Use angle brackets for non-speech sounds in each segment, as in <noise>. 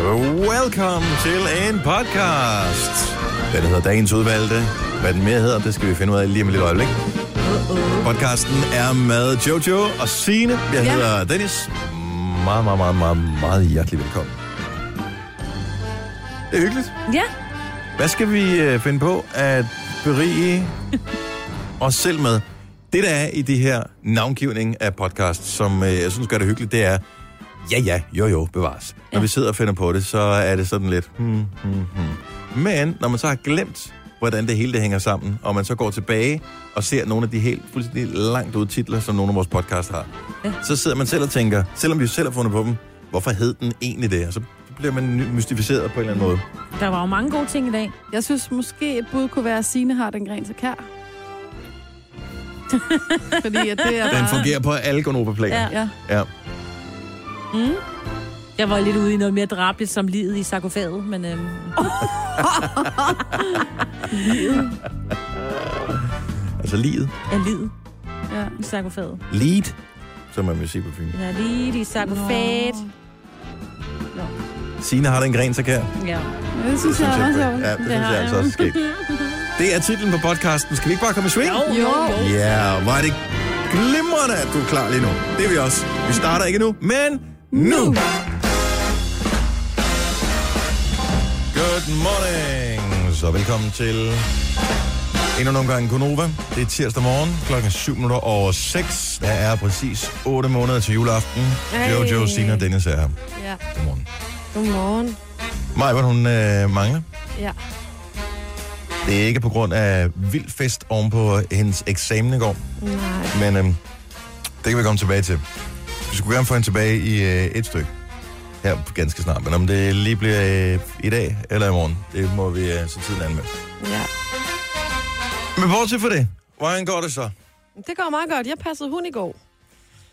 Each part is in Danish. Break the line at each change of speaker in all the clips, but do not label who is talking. Welcome til en podcast. Den hedder Dagens Udvalgte. Hvad den mere hedder, det skal vi finde ud af lige om et lille øjeblik. Podcasten er med Jojo og Sine. Jeg
Ja.
hedder Dennis. Meget, meget, meget, meget, meget hjertelig velkommen. Det er hyggeligt.
Ja,
Hvad skal vi øh, finde på at
<laughs>
berige os selv med? Det, der er i det her navngivning af podcast, som øh, jeg synes gør det hyggeligt, det er, ja ja, jo jo, bevares. Når
Ja.
vi sidder og finder på det, så er det sådan lidt, hmm, hmm, hmm. Men når man så har glemt, hvordan det hele det hænger sammen, og man så går tilbage og ser nogle af de helt fuldstændig langt ude titler, som nogle af vores podcast har,
Ja.
så sidder man selv og tænker, selvom vi selv har fundet på dem, hvorfor hed den egentlig det? Og så bliver man ny- mystificeret på en eller anden måde.
der var jo mange gode ting i dag.
Jeg synes måske et bud kunne være, at Signe har den gren til
<laughs>
kær. Fordi at det er
Den
bare...
fungerer på alle gonoberplaner.
Ja.
Ja.
Ja.
Jeg var lidt ude i noget mere drabligt som livet i sarkofaget, men øhm,
Altså liget.
er livet
ja.
i sarkofaget.
Lead, som man vil sige på Fyn.
Den er lige i sarkofaget.
Sina har den gren, så kan jeg.
Ja.
Ja, det synes jeg er meget sjovt.
Ja, det synes jeg altså også er <laughs> sket. Det er titlen på podcasten. Skal vi ikke bare komme i sving?
Jo,
Jo.
jo, jo.
Ja, hvor er det glimrende, at du er klar lige nu. Det er vi også. Vi starter ikke nu, men nu! Good morning! Så velkommen til endnu nogle gange Konova. Det er tirsdag morgen, klokken er 7 minutter over 6. Der er præcis 8 måneder til juleaften.
Hey.
Jojo, Sina og Dennis er her.
Ja.
Godmorgen.
Godmorgen.
Maja, hvad hun øh, mangler.
Ja.
Det er ikke på grund af vild fest oven på hendes eksamen i går,
Nej.
men øhm, det kan vi komme tilbage til. Vi skulle gerne få hende tilbage i øh, et stykke her ganske snart, men om det lige bliver øh, i dag eller i morgen, det må vi øh, så tiden an med.
Ja.
Men bortset for det, hvordan går det så?
Det går meget godt. Jeg passede hund i går.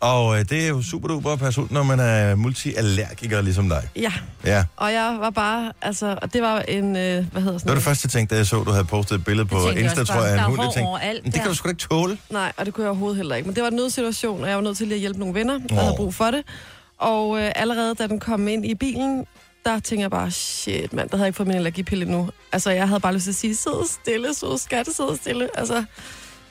Og øh, det er jo super duper at passe ud, når man er multiallergiker ligesom dig.
Ja.
Ja,
Og jeg var bare... Altså, og det var en... Øh, hvad hedder
det var
sådan
det første, jeg tænkte, da jeg så, at du havde postet et billede på
tænkte jeg
Insta,
også
tror
bare,
jeg, af
der
en
er
hund. Jeg
hår
tænkte,
overalt
"Men det kan
der."
du sgu da ikke tåle.
Nej, og det kunne jeg overhovedet heller ikke. Men det var en nødsituation, og jeg var nødt til lige at hjælpe nogle venner, der
Nå.
havde brug for det. Og øh, allerede da den kom ind i bilen, der tænker jeg bare, shit mand, der havde jeg ikke fået min allergipille endnu. Altså, jeg havde bare lyst til at sige, sid stille, så skat, sid stille. Altså,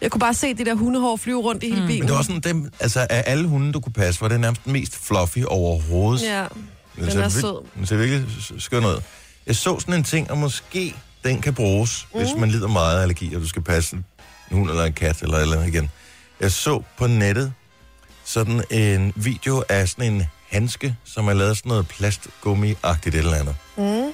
jeg kunne bare se det der hundehår flyve rundt i hele
Mm.
bilen.
Men det var sådan, dem, altså af alle hunde, du kunne passe, var det nærmest den mest fluffy overhovedet.
Ja,
Den,
er sød.
Den ser virkelig s- skøn ud. Jeg så sådan en ting, og måske den kan bruges,
Mhm.
mm. hvis man lider meget af allergi, og du skal passe en hund eller en kat eller et eller andet igen. Jeg så på nettet sådan en video af sådan en handske, som er lavet af sådan noget plastgummi-agtigt et eller andet. Mm.
Mhm.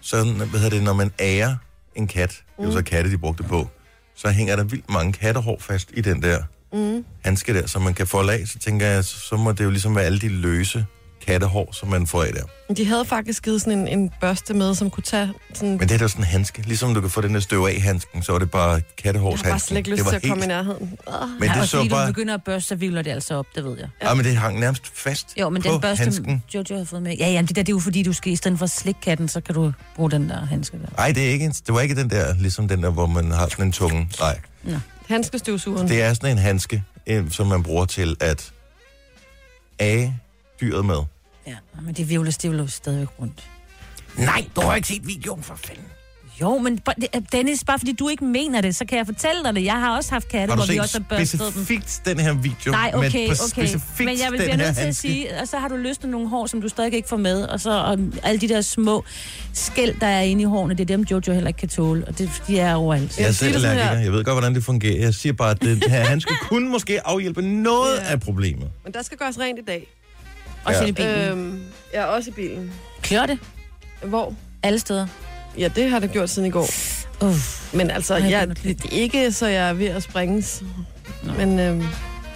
Sådan, hvad hedder det, når man ærer en kat, det er jo så
Mhm.
katte, de brugte det på, så hænger der vildt mange kattehår fast i den der
Mhm.
handske der, som man kan folde af, så tænker jeg, så så må det jo ligesom være alle de løse kattehår, som man får af der.
de havde faktisk givet sådan en, en børste med, som kunne tage sådan...
Men det er da sådan en handske. Ligesom du kan få den der støv af handsken, så var det bare
Jeg har
kattehårshandsken.
bare slet ikke lyst
det var
til at komme i
helt...
nærheden. Ah.
Men
Ja,
det
og
så
fordi bare... du
bare...
begynder at børste, så vivler det altså op, det ved jeg.
Ja, men det hang nærmest fast
Jo, men
på
den børste,
handsken.
Jojo har fået med. Ja, ja, men det der, det er jo fordi, du skal i stedet for at slikke katten, så kan du bruge den der handske der.
Nej, det, er ikke en, det var ikke den der, ligesom den der, hvor man har sådan en tunge. Nej,
Handskestøvsugeren.
det er sådan en handske, øh, som man bruger til at age dyret med.
Ja, men de vivler stivler jo stadigvæk rundt.
Nej, du har ikke set videoen for fanden.
Jo, men bare- det er- Dennis, bare fordi du ikke mener det, så kan jeg fortælle dig det. Jeg har også haft katte,
Har du
hvor vi
set
også har børstet dem.
specifikt den her video?
Nej,
med
okay,
pr-
okay.
specifikt
Men jeg vil
den
blive
her
nødt til at
handske?
sige, og så har du løsnet nogle hår, som du stadig ikke får med, og så og alle de der små skæld, der er inde i hårene, det er dem, Jojo heller ikke kan tåle, og det, de er overalt.
Jeg er
Jeg siger
selv
det sådan
allergiker.
her.
Jeg ved godt, hvordan det fungerer. Jeg siger bare, at det her, han skal kun måske afhjælpe noget
Ja.
af problemet.
Men der skal gøres rent i dag.
Og
Ja.
ja. i bilen. Øh...
Øhm, ja, også i bilen.
Klør det
Hvor?
alle steder?
Ja, det har det gjort siden i går.
Uff.
Men altså,
Ej, det er
jeg,
nok lidt-
det er ikke, så jeg er ved at sprænges. Men øhm,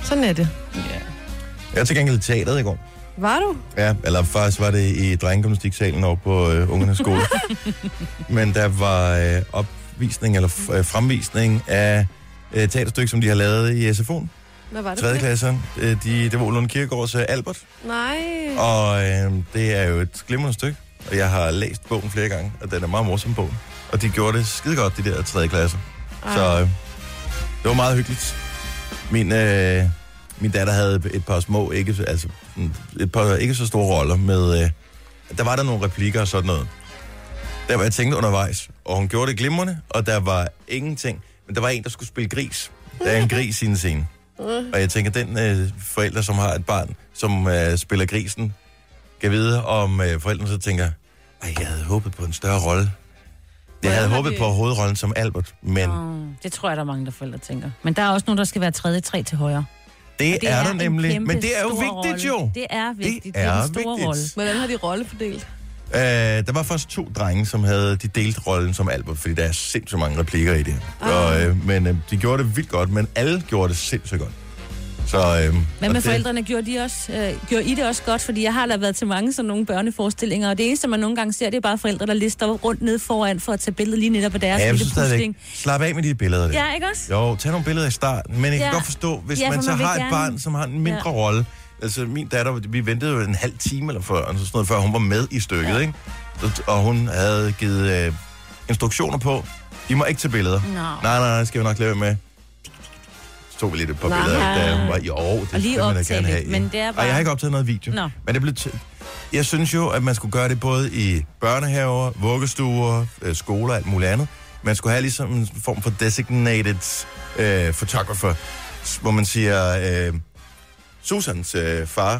sådan er det.
Ja.
Jeg var til gengæld i teateret i går.
Var du?
Ja, eller faktisk var det i drengegymnastiksalen over på øh, ungernes
<laughs>
skole. Men der var øh, opvisning eller f- øh, fremvisning af øh, et teaterstykke, som de har lavet i SFO'en.
Hvad var det? for
3.
det?
klasseren. Øh, de, det var Lund Kirkegaards øh, Albert.
Nej.
Og øh, det er jo et glimrende stykke, og jeg har læst bogen flere gange, og den er meget morsom bogen. Og de gjorde det skide godt, de der 3. klasse.
Ej.
Så øh, det var meget hyggeligt. Min, øh, min datter havde et par små, ikke, altså, sådan et par ikke så store roller med, øh, der var der nogle replikker og sådan noget. Der var jeg tænkte undervejs, og hun gjorde det glimrende, og der var ingenting. Men der var en, der skulle spille gris. Der er en gris i en scene. Og jeg tænker, den øh, forælder, som har et barn, som øh, spiller grisen, kan vide, om øh, forældrene så tænker, Ej, jeg havde håbet på en større rolle. Jeg havde
har
håbet
vi-
på hovedrollen som Albert, men
Mm, det tror jeg, der er mange, der forældre tænker. Men der er også nogen, der skal være tredje træ til højre.
det, det er, der
en
nemlig.
kæmpe
Men det er jo
stor
vigtigt
rolle.
jo.
Det er vigtigt. Det er,
er
en stor
vigtigt.
rolle.
Hvordan har de rollefordelt?
Øh, der var først to drenge, som havde de delt rollen som Albert, fordi der er sindssygt mange replikker i det.
Ah.
Og, øh, men øh, de gjorde det vildt godt, men alle gjorde det sindssygt godt. Så, øh,
Hvad
og
med
det-
forældrene? Gjorde, de også, øh, gjorde I det også godt? Fordi jeg har da været til mange sådan nogle børneforestillinger, og det eneste, man nogle gange ser, det er bare forældre, der lister rundt nede foran for at tage billedet lige netop på deres
Ja, jeg
lille
synes stadigvæk,
pusling.
slap af med de billeder der.
Ja, ikke også?
Jo, tag nogle billeder i starten, men jeg kan
Ja.
godt forstå, hvis
Ja,
ja,
for
man så
man vil
har et
gerne-
barn, som har en mindre ja. rolle. Altså min datter, vi ventede jo en halv time eller før, eller sådan noget, før hun var med i stykket, ja. ikke? Så- Og hun havde givet øh, instruktioner på, I må ikke tage billeder.
Nå.
Nej, nej, nej, skal vi nok lade være med. Så tog vi lidt et par
Nej.
billeder, da hun var, jo, det
Og lige
skal man da
optage
gerne
lidt,
have.
men det er
Og
bare-
jeg har ikke optaget noget video.
Nå.
Men det blev t- jeg synes jo, at man skulle gøre det både i børnehaver, vuggestuer, øh, skoler og alt muligt andet. Man skulle have ligesom en form for designated øh, photographer, s- hvor man siger, øh, Susans øh, far,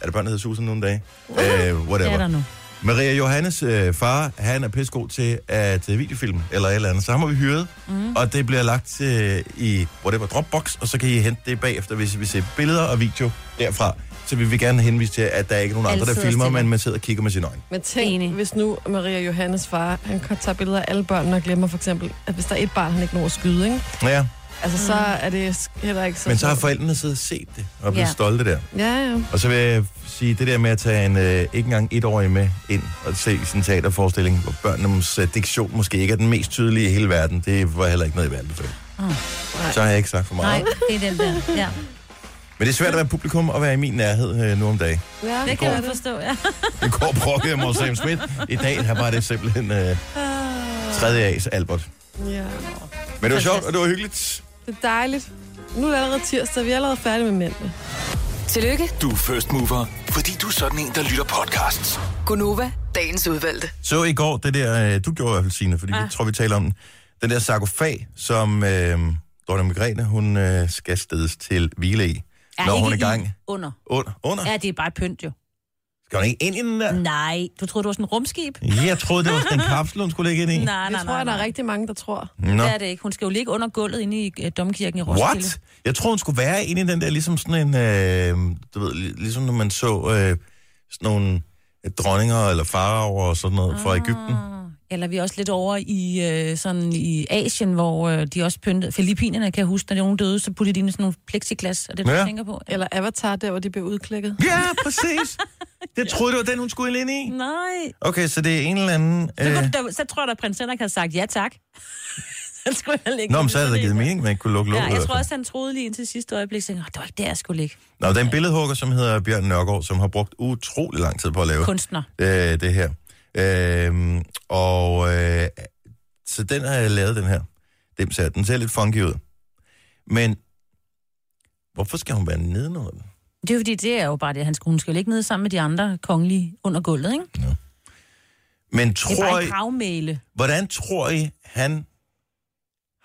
er der børn, der hedder Susan nogle dage? Øh,
Det
whatever.
er der nu.
Maria Johannes øh, far, han er pissegod til at øh, videofilme eller et eller andet, så ham har vi hyret, mm. og det bliver lagt øh, i whatever, Dropbox, og så kan I hente det bagefter, hvis I vil se billeder og video derfra. Så vi vil gerne henvise til, at der ikke er nogen
Alle
andre, der
sidder
filmer,
stille.
men man sidder og kigger med sine øjne.
Men tænk,
Enig.
Enig. hvis nu Maria Johannes far, han kan tage billeder af alle børnene og glemmer for eksempel, at hvis der er et barn, han ikke når at skyde, ikke?
Ja,
Altså, så er det sk- heller ikke så...
Mm. men så har forældrene siddet og set det, og blevet
Ja.
stolte der.
Ja, ja.
Og så vil jeg sige, det der med at tage en øh, ikke engang etårig med ind og se sådan en teaterforestilling, hvor børnenes øh, diktion måske ikke er den mest tydelige i hele verden, det var heller ikke noget i verden for.
Åh.
Så har jeg ikke sagt for meget.
Nej, det er den der. Ja.
Men det er svært at være publikum og være i min nærhed øh, nu om dagen.
ja
Det kan
går.
man forstå, ja.
I går brokkede jeg mig <laughs> over Sam Smith. I dag her var det simpelthen øh, 3. A's Albert.
Ja.
Men det var sjovt, og det var hyggeligt.
Det er dejligt. Nu er det allerede tirsdag, vi er allerede færdige med mændene.
Tillykke,
Du er first mover, fordi du er sådan en, der lytter podcasts.
Gunova, dagens udvalgte.
Så i går, det der, øh, du gjorde i hvert fald, Signe, fordi ah. vi tror, vi taler om den. Den der sarkofag, som øh, Dronning Margrethe, hun øh, skal stedes til hvile i,
Ja,
når
ikke
hun er i
i-
gang.
Under.
Under? under.
Ja, det er bare pynt jo.
Skal hun ikke ind i den der?
Nej, du troede, du var sådan en rumskib?
Ja, jeg troede, det var den kapsel, hun skulle ligge ind i.
Nej, nej,
Jeg
nej.
tror, at der er
nej.
rigtig mange, der tror.
Nå.
Det er det ikke. Hun skal jo ligge under gulvet inde i øh, domkirken i Roskilde.
What? Jeg tror, hun skulle være inde i den der, ligesom sådan en, øh, du ved, li- ligesom når man så øh, sådan nogle øh, dronninger eller faraver og sådan noget ah. fra Ægypten.
Eller vi er også lidt over i øh, sådan i Asien, hvor øh, de også pyntede. Filippinerne kan jeg huske, når nogen døde, så puttede de ind i sådan nogle plexiglas, og det er det,
Ja.
du tænker på. Eller,
Eller Avatar, der hvor de blev udklækket.
Ja, præcis. <laughs> Det troede, det var den, hun skulle ind i.
nej.
Okay, så det er en eller anden...
Så,
Øh,
kunne, der, så tror jeg, at prins Henrik havde sagt ja tak. <laughs> så skulle jeg ligge
Nå, men så havde det
sådan
givet
en.
mening, at man ikke kunne lukke låget.
Ja,
i
jeg
hvert
tror
fald.
også, han troede lige indtil sidste øjeblik, tænkte, "Åh, det var ikke der, jeg skulle ligge.
Nå, der er en billedhugger, som hedder Bjørn Nørgaard, som har brugt utrolig lang tid på at lave
Kunstner.
øh, det her. Øh, og øh, så den har jeg lavet, den her. Dem ser, den ser lidt funky ud. Men hvorfor skal hun være nedenunder den?
Det er jo fordi, det er jo bare det, han skulle, hun skal jo ligge nede sammen med de andre kongelige under gulvet, ikke?
Men
Det er
tror
bare
I,
en gravmæle.
hvordan tror I, han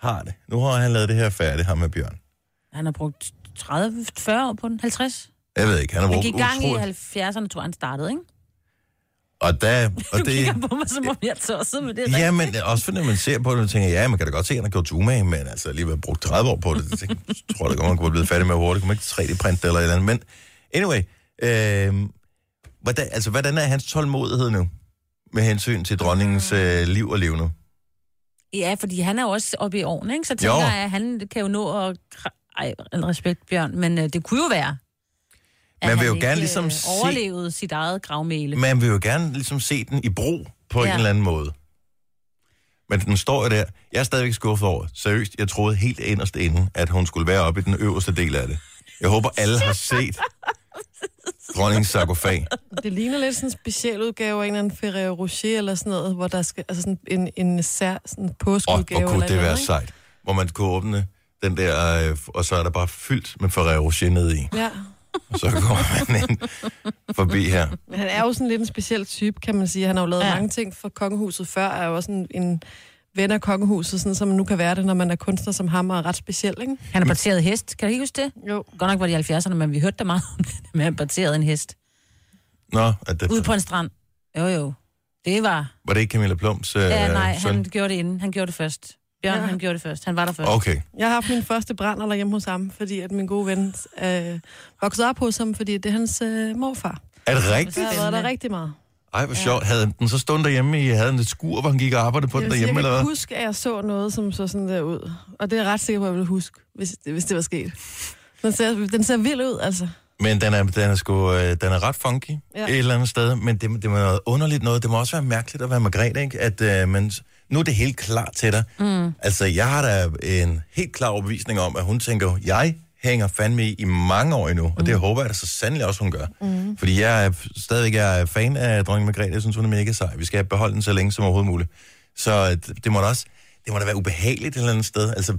har det? Nu har han lavet det her færdigt, ham med Bjørn.
Han har brugt 30-40 år på den, 50.
Jeg ved ikke, han har
Han
brugt
gik i gang i
utroligt.
70'erne, tror jeg, han startede, ikke?
Og, der, og
<laughs> Du det...
det,
kigger på mig, som om jeg er tosset med det. er
Ja, men også fordi man ser på det, og tænker, ja, man kan da godt se, at han har gjort umage, men altså alligevel brugt 30 år på det. Jeg tænker, jeg tror da godt, man kunne være blevet færdig med hurtigt. Kunne man ikke 3D-print eller et eller andet. Men anyway, øh, hvordan, altså, hvordan er hans tålmodighed nu? Med hensyn til dronningens
Mm.
øh, liv og levende.
Ja, fordi han er jo også oppe i årene, ikke? Så tænker
Jo.
jeg, at han kan jo nå at... kra- Ej, al respekt, Bjørn, men øh, det kunne jo være, at
Man vil
han
jo
ikke,
gerne ligesom
øh,
se-
overlevede sit eget gravmæle. Men...
Man vil jo gerne ligesom se den i brug på ja.
Ja.
en eller anden måde. Men den står jo der. Jeg er stadigvæk skuffet over. Seriøst, jeg troede helt inderst inden, at hun skulle være oppe i den øverste del af det. Jeg håber, alle
<laughs>
har set dronningens sarkofag.
Det ligner lidt sådan en speciel udgave af en eller anden Ferrero Rocher eller sådan noget, hvor der skal, altså sådan en, en sær sådan en
Og,
påskeudgave.
og kunne
eller et
det
eller
være
andet,
sejt, hvor man kunne åbne den der, øh, og så er der bare fyldt med Ferrero Rocher nede i.
ikke? Ja. <laughs>
så kommer man ind forbi her.
Han er jo sådan lidt en speciel type, kan man sige. Han har jo lavet
Ja.
ja. mange ting for kongehuset før, er jo også en, en ven af kongehuset, sådan som man nu kan være det, når man er kunstner som ham, og er ret speciel, ikke?
Han har parteret hest. Kan du ikke huske det?
Jo.
Godt nok var det i 70'erne, men vi hørte der meget om det, <laughs> med at han parterede en hest.
Nå, at det,
Ude på en strand. Jo, jo. Det var...
var det ikke Camilla Plums øh,
Ja, nej, han
søn?
gjorde det inden. Han gjorde det først. Bjørn,
Ja.
han gjorde det først. Han var der først.
Okay,
Jeg har haft min første brænder hjemme hos ham, fordi at min gode ven øh, voksede op hos ham, fordi det er hans øh, morfar.
er det rigtigt?
Så jeg har været der
Spændende.
rigtig meget.
Ej, hvor sjovt. Havde den så stående derhjemme i, havde den et skur, hvor han gik og arbejdede på den
Jeg, vil sige,
derhjemme,
jeg
eller
kan
hvad?
huske, at jeg så noget, som så sådan der ud. Og det er jeg ret sikker på, at jeg ville huske, hvis, hvis det var sket. Den ser, den ser vild ud, altså.
Men den er, den er, sgu, øh, den er ret funky ja.
Ja.
et eller andet sted, men det, det må være noget underligt noget. Det må også være mærkeligt at være Margrethe, ikke? At øh, man, nu er det helt klar til dig. Mm. Altså, jeg har da en helt klar overbevisning om, at hun tænker, jeg hænger fandme i, i mange år endnu, og det håber jeg da så sandelig også, hun gør. Mm. Fordi jeg er stadigvæk jeg er fan af dronning Margrethe, jeg synes, hun er mega sej. Vi skal beholde den så længe som overhovedet muligt. Så øh, det, det må da også det må da være ubehageligt et eller andet sted. Altså,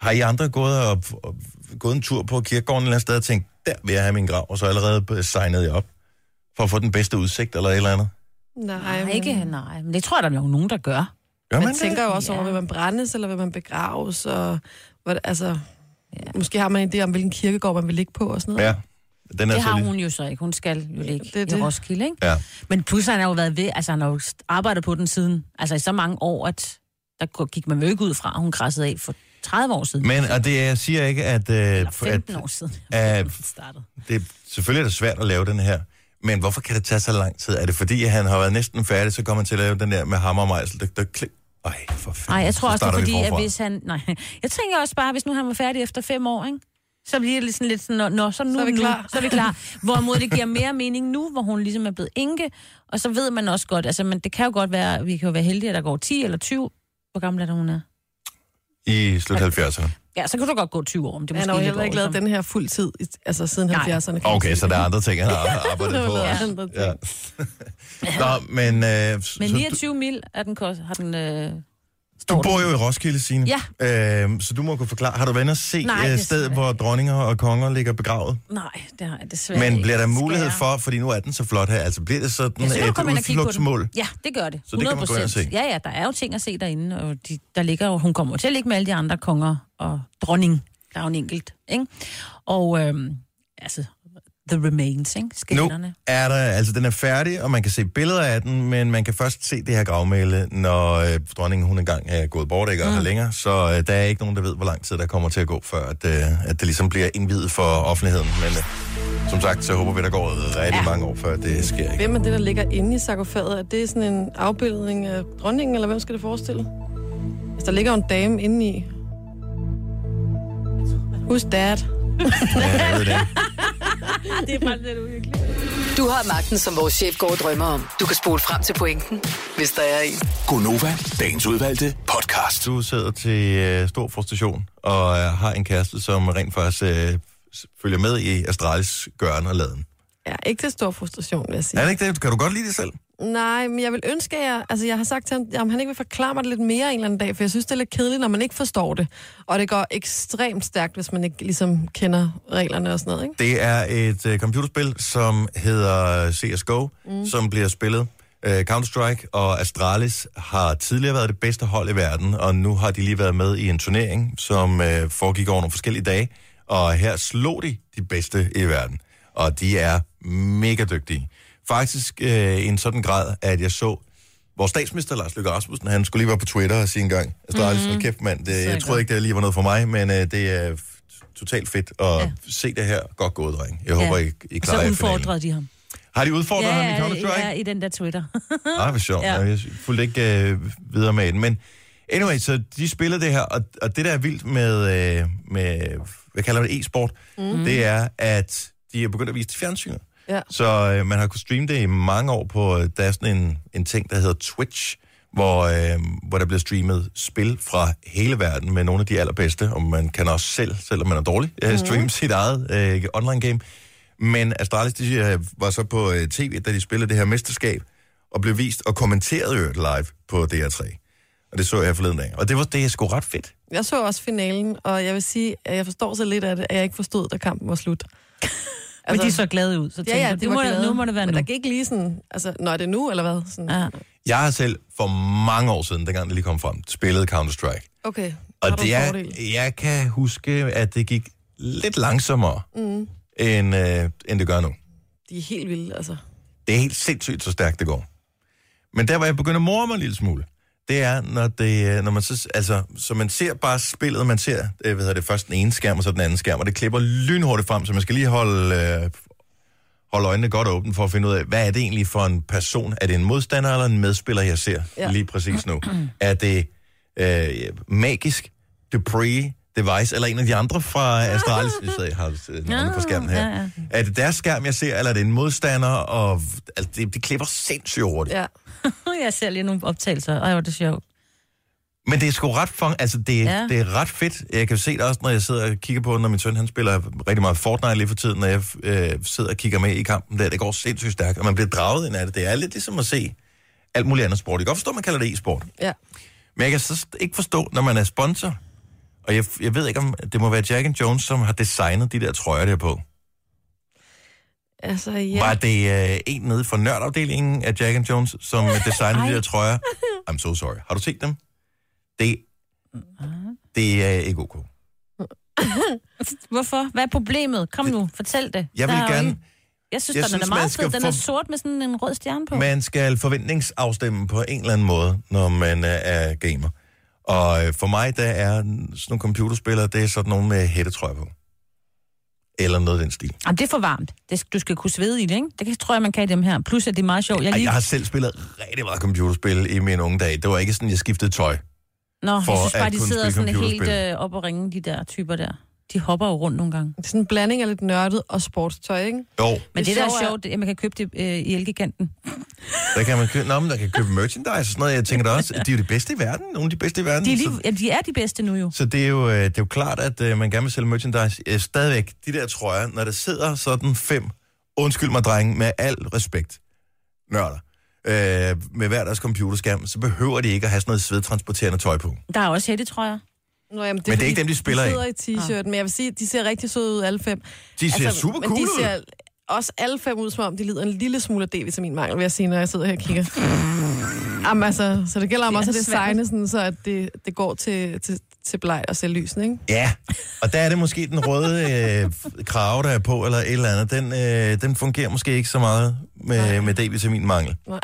har I andre gået, og, og, gået en tur på kirkegården et eller andet sted og tænkt, der vil jeg have min grav, og så allerede signet jeg op for at få den bedste udsigt eller et eller andet?
Nej,
Nej, ikke, nej. Men det tror jeg, der er nogen, der gør.
Gør
Man
man
tænker jo også
Ja.
over, vil man brændes, eller vil man begraves, og hvor, altså, ja. måske har man en idé om, hvilken kirkegård man vil ligge på, og sådan
det?
noget.
Ja, den er
Det
så
har
lidt-
hun jo så ikke. Hun skal jo ligge
det er
i
det.
Roskilde, ikke?
Ja.
Men plus, han har jo været ved, altså han har jo st- arbejdet på den siden, altså i så mange år, at der gå- gik man jo ikke ud fra, at hun krassede af for 30 år siden.
Men og det er- jeg siger ikke, at, øh,
eller
at
15 år siden,
at-
<laughs> at, hun startede.
det, selvfølgelig er det svært at lave den her, men hvorfor kan det tage så lang tid? Er det fordi, at han har været næsten færdig, så kommer han til at lave den der med hammer og mejsel? Der, der klik. Ej, for
Nej,
fanden.
jeg tror
så
også, det er
starter vi
fordi, at
forfra.
hvis han... Nej, jeg tænker også bare, hvis nu han var færdig efter fem år, ikke? Så bliver det lidt sådan lidt sådan, nå, nå så, nu,
Så er vi
nu,
klar.
så er vi klar.
<laughs>
Hvorimod det giver mere mening nu, hvor hun ligesom er blevet enke, og så ved man også godt, altså men det kan jo godt være, vi kan jo være heldige, at der går 10 eller 20, hvor gammel er det, hun er?
I slut 70'erne.
Ja, så kan du godt gå 20 år, om det er
Han
måske
har jo
lidt
heller ikke lavet
voldsomt.
den her fuld tid, i- altså siden
Nej.
70'erne. kan man
Okay,
sige.
så der er andre ting, han har
<laughs>
arbejdet på.
Der er
også.
andre ting.
Ja. <laughs> Nå, men... Øh,
Men
så
29 mil er den kost, har den... Øh,
du, du
står
bor
der.
jo i Roskilde, Signe.
Ja.
Øh, så du må kunne forklare. Har du været inde og se
Nej,
Nej,
det er
stedet,
svært.
hvor dronninger og konger ligger begravet?
Nej, det har jeg desværre
Men
ikke.
bliver der
Skal
mulighed
jeg-
for, fordi nu er den så flot her, altså bliver det sådan
Jeg synes, du kommer ind
et
og kigger på
udflugtsmål?
den. Ja, det gør det. 100%.
Så det kan man gå ind og se.
Ja, ja, der er jo ting at se derinde, og de, der ligger jo, hun kommer jo til at ligge med alle de andre konger og dronning. Der er jo en enkelt, ikke? Og øhm, altså, the remains, ikke?
Nu
Skænderne.
er der, altså den er færdig, og man kan se billeder af den, men man kan først se det her gravmæle, når øh, dronningen hun engang er gået bort, ikke, og mm. længere, så øh, der er ikke nogen, der ved, hvor lang tid der kommer til at gå, før at, øh, at det ligesom bliver indvidet for offentligheden. Men øh, som sagt, så håber vi, der går rigtig ja. mange år, før det sker. Ikke?
Hvem er det, der ligger inde i sarkofaget? Er det sådan en afbildning af dronningen, eller hvem skal det forestille? Altså, der ligger jo en dame inde i. Who's that?
Ja, jeg ved det. ikke.
Du har magten, som vores chef går og drømmer om. Du kan spole frem til pointen, hvis der er en.
Gonova, dagens udvalgte podcast.
Du sidder til øh, stor frustration og øh, har en kæreste, som rent faktisk øh, s- følger med i Astralis gøren og laden.
Ja, ikke til stor frustration, vil jeg sige.
Er det ikke det? Kan du godt lide det selv?
Nej, men jeg vil ønske, at jeg... Altså, jeg har sagt til ham, om han ikke vil forklare mig det lidt mere en eller anden dag, for jeg synes, det er lidt kedeligt, når man ikke forstår det. Og det går ekstremt stærkt, hvis man ikke ligesom kender reglerne og sådan noget, ikke?
Det er et øh, computerspil, som hedder CSGO, mm. som bliver spillet. Øh, Counter-Strike og Astralis har tidligere været det bedste hold i verden, og nu har de lige været med i en turnering, som øh, foregik over nogle forskellige dage, og her slog de de bedste i verden. Og de er mega dygtige. Faktisk øh, i en sådan grad, at jeg så vores statsminister, Lars Løkke Rasmussen, han skulle lige være på Twitter og sige en gang, Astralis, mm. kæft mand, det, jeg troede ikke, det lige var noget for mig, men øh, det er f- totalt fedt at ja. se det her. Godt gået, dreng. Jeg håber, I, I klarer
Og så
jer i finalen.
udfordrede de ham.
Har de udfordret ham i Altså- Counter-Strike?
ja, i den der Twitter.
Ej, hvor sjovt. Ja.
Ja.
Jeg fulgte ikke øh, videre med den. Men anyway, så de spillede det her, og, og det, der er vildt med, øh, med hvad kalder man det, e-sport, mm. det er, at de er begyndt at vise til fjernsynet.
Ja.
Så øh, man har kunnet streame det i mange år på, øh, der er sådan en, en ting, der hedder Twitch, hvor, øh, hvor der bliver streamet spil fra hele verden med nogle af de allerbedste, og man kan også selv, selvom man er dårlig, øh, streame sit eget øh, online-game. Men Astralis de, øh, var så på øh, tv, da de spillede det her mesterskab, og blev vist og kommenteret i øvrigt live på DR3. Og det så jeg forleden dag. Og det var det er sgu ret fedt.
Jeg så også finalen, og jeg vil sige, at jeg forstår så lidt af det, at jeg ikke forstod, da kampen var slut.
Men de så glade ud, så tænker ja, ja, det må,
glade,
glade, nu må det være
men
nu.
der gik ikke lige sådan, altså, når er det nu, eller hvad? Sådan,
Ja. <laughs>
Jeg har selv for mange år siden, dengang det lige kom frem, spillet Counter-Strike.
okay, har
Og
du
det
en
er,
fordel?
jeg kan huske, at det gik lidt langsommere, mm. end, øh, end det gør nu.
De er helt vilde, altså.
Det er helt sindssygt, så stærkt det går. Men der, hvor jeg begynder at morre mig en lille smule, det er, når, det, øh, når man så, altså, så man ser bare spillet, man ser øh, hvad hedder det, først den ene skærm, og så den anden skærm, og det klipper lynhurtigt frem, så man skal lige holde, øh, holde øjnene godt åbne for at finde ud af, hvad er det egentlig for en person? Er det en modstander eller en medspiller, jeg ser ja.
Ja.
lige præcis nu? er det øh, magisk, Dupree, Device, eller en af de andre fra Astralis, hvis jeg har øh, navnet på skærmen her.
Ja, ja.
Er det deres skærm, jeg ser, eller er det en modstander? Og, altså, det, det klipper sindssygt hurtigt. Ja.
Ja.
Jeg ser lige nogle optagelser. Ej, hvor er det sjovt.
Men det er sgu ret, fun, altså, det, ja.
Ja.
det er ret fedt. Jeg kan se det også, når jeg sidder og kigger på, når min søn han spiller rigtig meget Fortnite lige for tiden, når jeg øh, sidder og kigger med i kampen der. Det går sindssygt stærkt, og man bliver draget ind af det. Det er lidt ligesom at se alt muligt andet sport. Jeg kan godt forstå, at man kalder det e-sport.
Ja.
Men jeg kan så st- ikke forstå, når man er sponsor, og jeg, jeg ved ikke, om det må være Jack and Jones, som har designet de der trøjer der på.
Altså,
Ja. Var
ja.
det øh, en nede fra nørdafdelingen af Jack and Jones, som
<laughs>
øh, designede de der trøjer? I'm so sorry. Har du set dem? Det, det er ikke ok.
Hvorfor? Hvad er problemet? Kom nu, fortæl det.
Jeg
Der
vil
er jo
gerne,
ingen- Jeg synes,
Jeg
jeg den
synes,
er
man
meget
skal
fed. Den er
få-
sort med sådan en rød stjerne på.
man skal forventningsafstemme på en eller anden måde, når man øh, er gamer. Og øh, for mig, der er sådan nogle computerspillere, det er sådan nogle med hættetrøjer på. Eller noget af den stil.
Jamen, det er for varmt. Det, skal- du skal kunne svede i det, ikke? Det kan- tror jeg, man kan i dem her. Plus, at det er meget sjovt. Jeg
Ej,
lige...
jeg har selv spillet rigtig meget computerspil i mine unge dage. Det var ikke sådan, jeg skiftede tøj.
Nå,
for
jeg synes bare,
at
de
kunne
sidder
spille
sådan helt
computerspil.
øh, op og ringe, de der typer der. De hopper jo rundt nogle gange.
Det er sådan en blanding af lidt nørdet og sportstøj, ikke?
Jo,
Men det, det der
sjove
er
er-
sjovt, det er, at man kan købe det øh, i
Mm,
elgiganten.
Der kan man købe, nå, men der kan købe merchandise og sådan noget. Jeg tænker da også, de er jo de bedste i verden. Nogle af de bedste i verden.
De er, lige,
Så,
ja, de er de bedste nu jo.
så det, er jo, øh, det er jo klart, at øh, man gerne vil sælge merchandise. Øh, Stadigvæk, de der trøjer, når der sidder sådan fem, undskyld mig drenge, med al respekt, nørder, øh, med hver deres computerskærm, så behøver de ikke at have sådan noget svedtransporterende tøj på.
Der er også hætte, tror jeg.
Nå, jamen, det
Men det er
fordi,
ikke dem, de spiller i.
de sidder i
Ah.
t-shirt, men jeg vil sige, de ser rigtig søde ud, alle fem.
De ser altså, super
men
cool
de
ud.
ser også alle fem ud, som om de lider en lille smule af D-vitaminmangel, vil jeg sige, når jeg sidder her og
<laughs>
kigger. Jamen altså, så det gælder om
Det er
også at
svært.
designe sådan, så at det, det går til, til, til bleg og selvlysende, ikke?
Ja, og der er det måske den røde øh, krave, der er på, eller et eller andet. Den, øh, den fungerer måske ikke så meget med, med D-vitaminmangel.
Nej.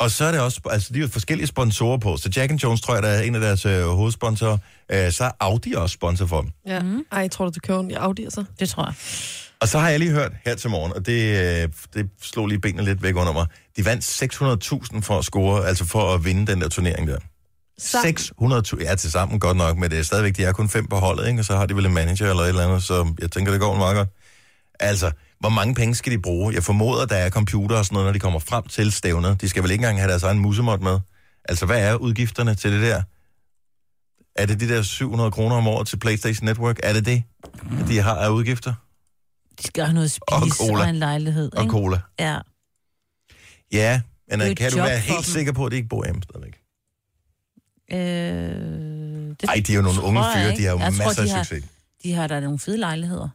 Og så er det også, altså de har forskellige sponsorer på. Så Jack and Jones, tror jeg, der er en af deres øh, hovedsponsorer. Øh, så er Audi også sponsor for dem.
Ja. Mm. Ej, tror du, du kører en Audi, så?
Det tror jeg.
Og så har jeg lige hørt her til morgen, og det, øh, det slog lige benene lidt væk under mig. De vandt 600.000 for at score, altså for at vinde den der turnering der.
Sammen.
600.000, ja, til sammen godt nok, men det er stadigvæk, de er kun fem på holdet, ikke? og så har de vel en manager eller et eller andet, så jeg tænker, det går meget godt. Altså, hvor mange penge skal de bruge? Jeg formoder, der er computer og sådan noget, når de kommer frem til stævnet. De skal vel ikke engang have deres egen musemot med. Altså, hvad er udgifterne til det der? Er det de der 700 kroner om året til PlayStation Network? Er det det, de har af udgifter?
De skal have noget at spise
Og
og,
cola.
og en lejlighed.
Og
ikke?
cola?
Ja.
Ja,
Det er jo
men
et
kan du
job
være
for
helt
dem.
sikker på, at de ikke bor hjemme stadigvæk?
Øh, det
Ej, de er jo nogle
tror
unge
jeg
fyre,
ikke.
de har jo
Jeg tror,
masser
de
af
har-
succes.
De har da nogle fede lejligheder.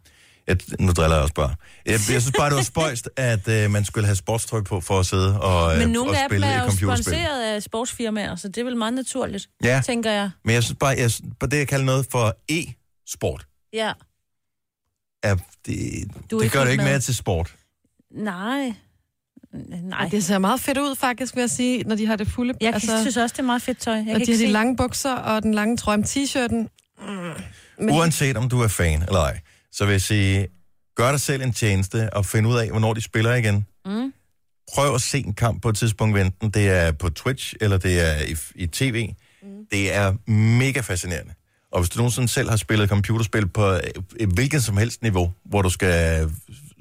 Jeg, nu driller jeg også bare. Jeg, jeg synes bare, det var
<laughs>
spøjst, at øh, man skulle have sportstøj på for at sidde og, øh,
Men nogle
og
af dem
spille
er
et
jo
computerspil.
sponsoreret af sportsfirmaer, så det er vel meget naturligt,
Ja.
tænker jeg.
Men jeg synes bare, jeg, synes- bare det, jeg kalder noget for e-sport,
Ja.
er, det,
Du er
det
ikke
gør det
helt
ikke
med.
mere til sport.
Nej. Nej.
Ej, det ser meget fedt ud, faktisk, vil jeg sige, når de har det fulde...
Jeg altså, synes også, det er meget fedt tøj. Jeg kan
og de
ikke
har de
se-
lange bukser og den lange trøje om t-shirten. Mm. Men
Uanset om du er fan eller ej, så vil jeg sige, gør dig selv en tjeneste og find ud af, hvornår de spiller igen. Mm. Prøv at se en kamp på et tidspunkt, hvad enten det er på Twitch eller det er i, i tv. Mm. Det er mega fascinerende. Og hvis du nogensinde selv har spillet computerspil på øh, øh, hvilket som helst niveau, hvor du skal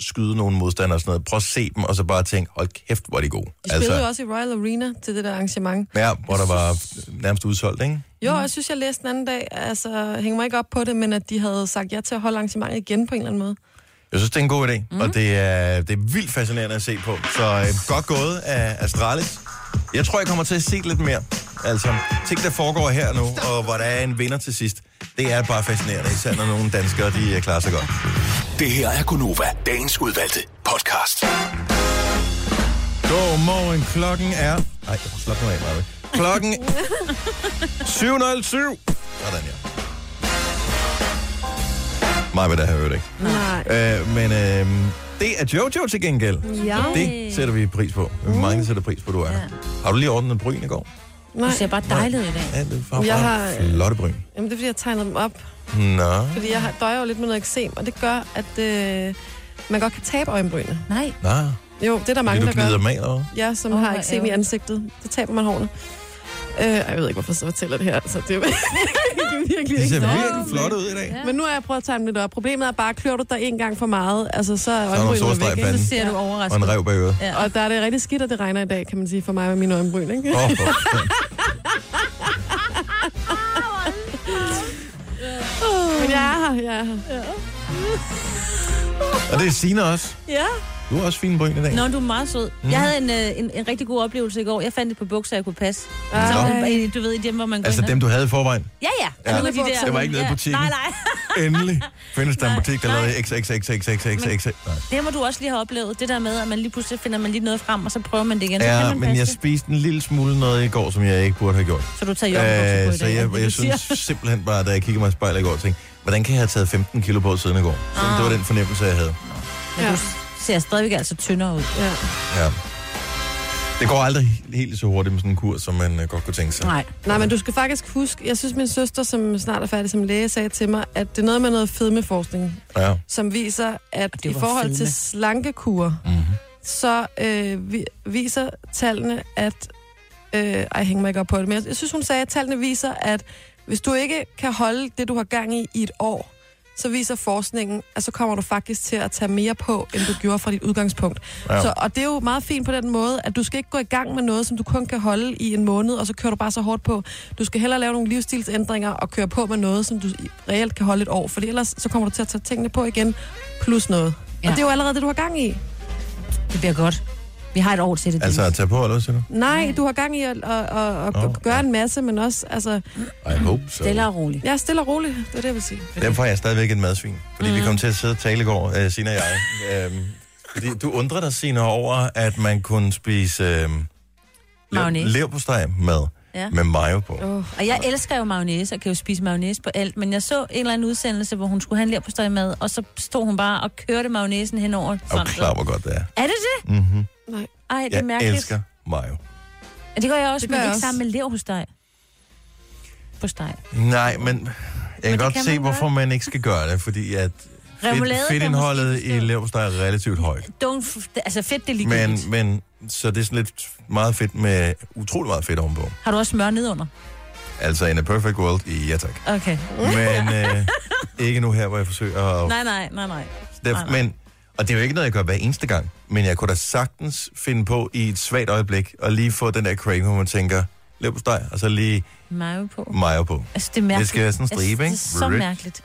skyde nogle modstandere og sådan noget, prøv at se dem, og så bare tænk, hold kæft, hvor er de gode. Altså,
de spillede jo også i Royal Arena til det der arrangement.
ja, hvor der var nærmest udsolgt, ikke?
Jo,
Mhm.
jeg synes, jeg læste den anden dag, altså hænger mig ikke op på det, men at de havde sagt ja til at holde arrangementet igen på en eller anden måde.
Jeg synes, det er en god idé, mm. og det er, det er vildt fascinerende at se på. Så øh, godt gået af Astralis. Jeg tror, jeg kommer til at se lidt mere. Altså, ting, der foregår her nu, og hvor der er en vinder til sidst, det er bare fascinerende, især når nogle danskere, de øh, klarer sig godt.
Det her er Gunova, dagens udvalgte podcast.
Godmorgen, klokken er... Ej, slap nu af, Marve. Klokken... <laughs> 707. Sådan, ja. Mig vil da have hørt, ikke?
Nej.
Øh, men øh, det er Jojo til gengæld.
Ja.
Det sætter vi pris på. Vi Mange sætter pris på, at du er her.
Ja.
Har du lige ordnet bryn i går?
Du
Nej.
ser bare dejlig ud i dag.
Ja, det var
Jeg
jeg
har-
har... flotte bryn.
Jamen, det er, fordi jeg tegnede dem op.
Nå.
Fordi jeg har- døjer jo lidt med noget eksem, og det gør, at øh, man godt kan tabe øjenbrynene.
Nej,
Nå,
Jo, det er der
fordi
mange,
du
der gør.
gnider med, eller hvad?
Ja, som
Åh,
oh, har
hvor
eksem i
ærgerligt.
ansigtet. Det taber man hårene. Øh, ej, jeg ved ikke, hvorfor jeg så fortæller det her. Altså, det er <laughs> virkelig, virkelig
De ser
ikke noget.
virkelig flotte ud i dag.
Men nu har jeg prøvet at tegne dem lidt op. Problemet er bare, klør du dig en gang for meget, altså så er
nogle sorte
øjenbrynene
streger
væk.
så
i
Ikke?
panden.
ser du
Og en
overrasket.
rev bag øret.
Ja.
Og der er det rigtig skidt, at det regner i dag, kan man sige, for mig med mine øjenbryn, ikke?
Åh, for fanden.
Men jeg er her, jeg er her.
Og det er Signe også.
Ja.
Du har også fine bryn i dag.
Nå, du er meget sød. Mm. Jeg havde en, øh, en, en rigtig god oplevelse i går. Jeg fandt et par bukser, jeg kunne passe.
Ej.
Så, øh, du ved, i dem, hvor man går
Altså
ind og-
dem, du havde i forvejen.
Ja, ja.
Ja.
Nogle af de der-
Det var ikke nede i
Ja.
butikken.
Nej, <laughs> nej.
Endelig findes der en
Nej,
butik, der
nej.
lavede XXXXXXX. Nej.
Det må du også lige have oplevet. Det der med, at man lige pludselig finder man lige noget frem, og så prøver man det igen. så kan
Ja,
man
men
passe
jeg
det.
spiste en lille smule noget i går, som jeg ikke burde have gjort.
Så du tager joggingbukser på i
Øh,
dag.
så
er
jeg,
det,
jeg
du siger? <laughs>
synes simpelthen bare, da jeg kiggede mig i spejlet i går, tænkte, hvordan kan jeg have taget 15 kilo på siden i går? Så Det
Ah.
var den fornemmelse, jeg havde.
Men
Ja.
du ser stadigvæk altså tyndere ud.
Ja.
Ja. Det går aldrig he- helt så hurtigt med sådan en kur, som man øh, godt kunne tænke sig.
Nej.
Nej, men du skal faktisk huske, jeg synes, min søster, som snart er færdig som læge, sagde til mig, at det er noget med noget fedmeforskning,
Ja.
som viser, at
det
i
var
forhold
fedme.
til slankekur,
Mm-hmm.
så øh, vi, viser tallene, at... Øh, ej, jeg hænger mig ikke op på det, men jeg, jeg synes, hun sagde, at tallene viser, at hvis du ikke kan holde det, du har gang i i et år, så viser forskningen, at så kommer du faktisk til at tage mere på, end du gjorde fra dit udgangspunkt.
Ja.
Ja. Så, og det er jo meget fint på den måde, at du skal ikke gå i gang med noget, som du kun kan holde i en måned, og så kører du bare så hårdt på. Du skal hellere lave nogle livsstilsændringer og køre på med noget, som du i- reelt kan holde et år, for ellers så kommer du til at tage tingene på igen, plus noget. Ja.
Ja.
Og det er jo allerede det, du har gang i.
Det bliver godt. Vi har et år til det.
Altså at
Dennis.
tage på, eller hvad siger du?
Nej, du har gang i at, at, at, at
Nå,
oh, gøre en masse, men også, altså,
I
Mm.
hope so.
Stille og roligt.
ja, stille og roligt, det er det, jeg vil sige.
Derfor er jeg stadigvæk en madsvin. Fordi
Mm.
mm-hmm. vi kom til at sidde og tale i går, øh, Sina og jeg. Øhm, fordi du undrer dig, Sina, over, at man kunne spise øh,
Mayonnaise.
leverpostej med,
Ja.
med mayo på.
Oh,
Og jeg elsker jo mayonnaise, og kan jo spise mayonnaise på alt, men jeg så en eller anden udsendelse, hvor hun skulle have en leverpostej med, og så stod hun bare og kørte mayonnaisen henover.
Og klar, hvor godt det er.
Er det det?
Mm-hmm.
nej.
Ej, det er
Jeg
mærkeligt.
elsker mayo.
Ja, det gør jeg også, det
Det gør
men
jeg
ikke
også.
sammen med leverpostej. På steg.
Nej, men jeg kan
det
godt
kan
se,
man
hvorfor
gøre.
man ikke skal gøre det, fordi at
Remoulade kan
fedt,
jeg
fedtindholdet
måske
i
forstå.
leverpostej er relativt højt.
Don't f- det- altså fedt, det er ligegyldigt.
Men, men så det er sådan lidt meget fedt med utrolig meget fedt ovenpå.
Har du også smør nedunder?
Altså in a perfect world, ja tak.
Okay.
Men øh, ikke nu her, hvor jeg forsøger at...
Nej, nej, nej, nej. nej,
Der,
nej.
men, og det er jo ikke noget, jeg gør hver eneste gang, men jeg kunne da sagtens finde på i et svagt øjeblik at lige få den der craving, hvor man tænker, løb på steg, og så lige
Mayo på.
mayo på.
Altså, det er mærkeligt.
Det skal være sådan en
Jeg
stribe, ikke?
synes, Det er så
Rødt.
mærkeligt.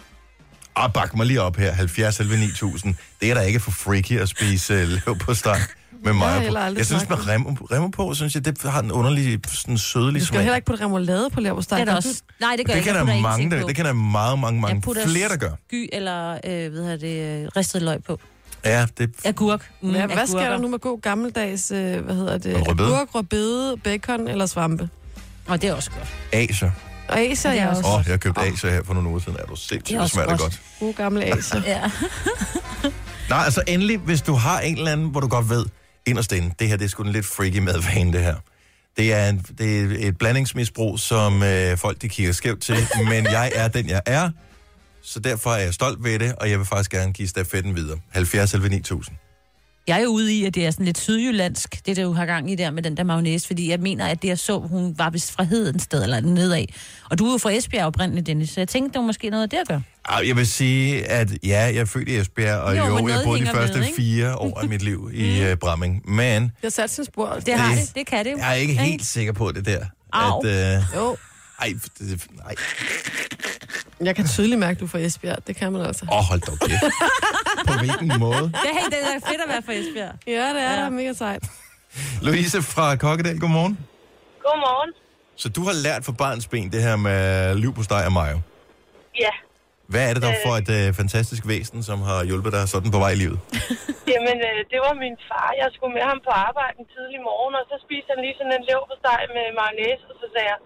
Og Ah, bak mig lige op her, 70 11 9000. Det er da ikke for freaky at spise uh, løb på steg med
har
mayo på.
heller aldrig
Jeg synes, med
smagt
remo, remo på, synes jeg, det har en underlig, sådan sødelig
Du skal jo
smag.
heller ikke putte remoulade på leverpostej.
Det er der
kan
også. Nej, det gør jeg
Det kan
ikke.
der
Jeg putter
mange,
ingenting
der,
på.
det kan der mange, mange,
Jeg
mange
putter
flere, der gør.
Sky eller, øh, hvad hedder det, øh, ristet løg på.
Ja, det,
Agurk. Mm,
du? Ja, hvad
agurker.
sker der nu med god gammeldags, øh, hvad hedder det?
Rødbede.
Agurk, rødbede, bacon eller svampe?
Og det er også godt.
Asia.
Og aser
Det er
jeg også.
også-
Åh, oh, jeg købte Asia her for nogle uger siden. Er du sindssygt,
Det er
det
også
smager det
godt.
godt.
Gode gamle aser.
Ja.
Nej, altså endelig, hvis du har en eller anden, hvor du godt ved, inderst inde, det her det er sgu en lidt freaky madvane, det her. Det er, en, det er et blandingsmisbrug, som øh, folk de kigger skævt til, men jeg er den, jeg er. Så derfor er jeg stolt ved det, og jeg vil faktisk gerne give stafetten videre. 70 11 9000.
Jeg er jo ude i, at det er sådan lidt sydjyllandsk, det der jo har gang i der med den der mayonnaise, fordi jeg mener, at det jeg så, hun var vist fra Hedensted eller nedad. Og du er jo fra Esbjerg oprindeligt, Dennis, så jeg tænkte, det var måske noget af det at gøre.
Ah, Jeg vil sige, at ja, jeg er født i Esbjerg, og jo,
Jo, men
jo jeg
noget
boede de
hænger
første
ved, ikke?
fire år af mit liv
<laughs>
i uh, Bramming. Men
Jeg satte sin spor.
Det har
Det-
det, det kan det jo.
Øh, jeg er ikke helt sikker på det der.
Au.
At, uh,
Jo,
ej, det, nej.
jeg kan tydeligt mærke, du er fra Esbjerg. Det kan man altså.
Åh, oh, hold dog
<laughs>
kæft. På hvilken måde?
Det er, helt, det er fedt at være fra Esbjerg.
Ja, det er da mega sejt.
Louise fra Kokkedal, godmorgen.
Godmorgen.
Så du har lært for barns ben det her med liv på steg og mayo.
Ja,
Hvad er det dog for et øh, fantastisk væsen, som har hjulpet dig sådan på vej i livet?
Jamen, øh, det var min far. Jeg skulle med ham på arbejde en tidlig morgen, og så spiste han lige sådan en leverpostej med mayonnaise, og så sagde jeg,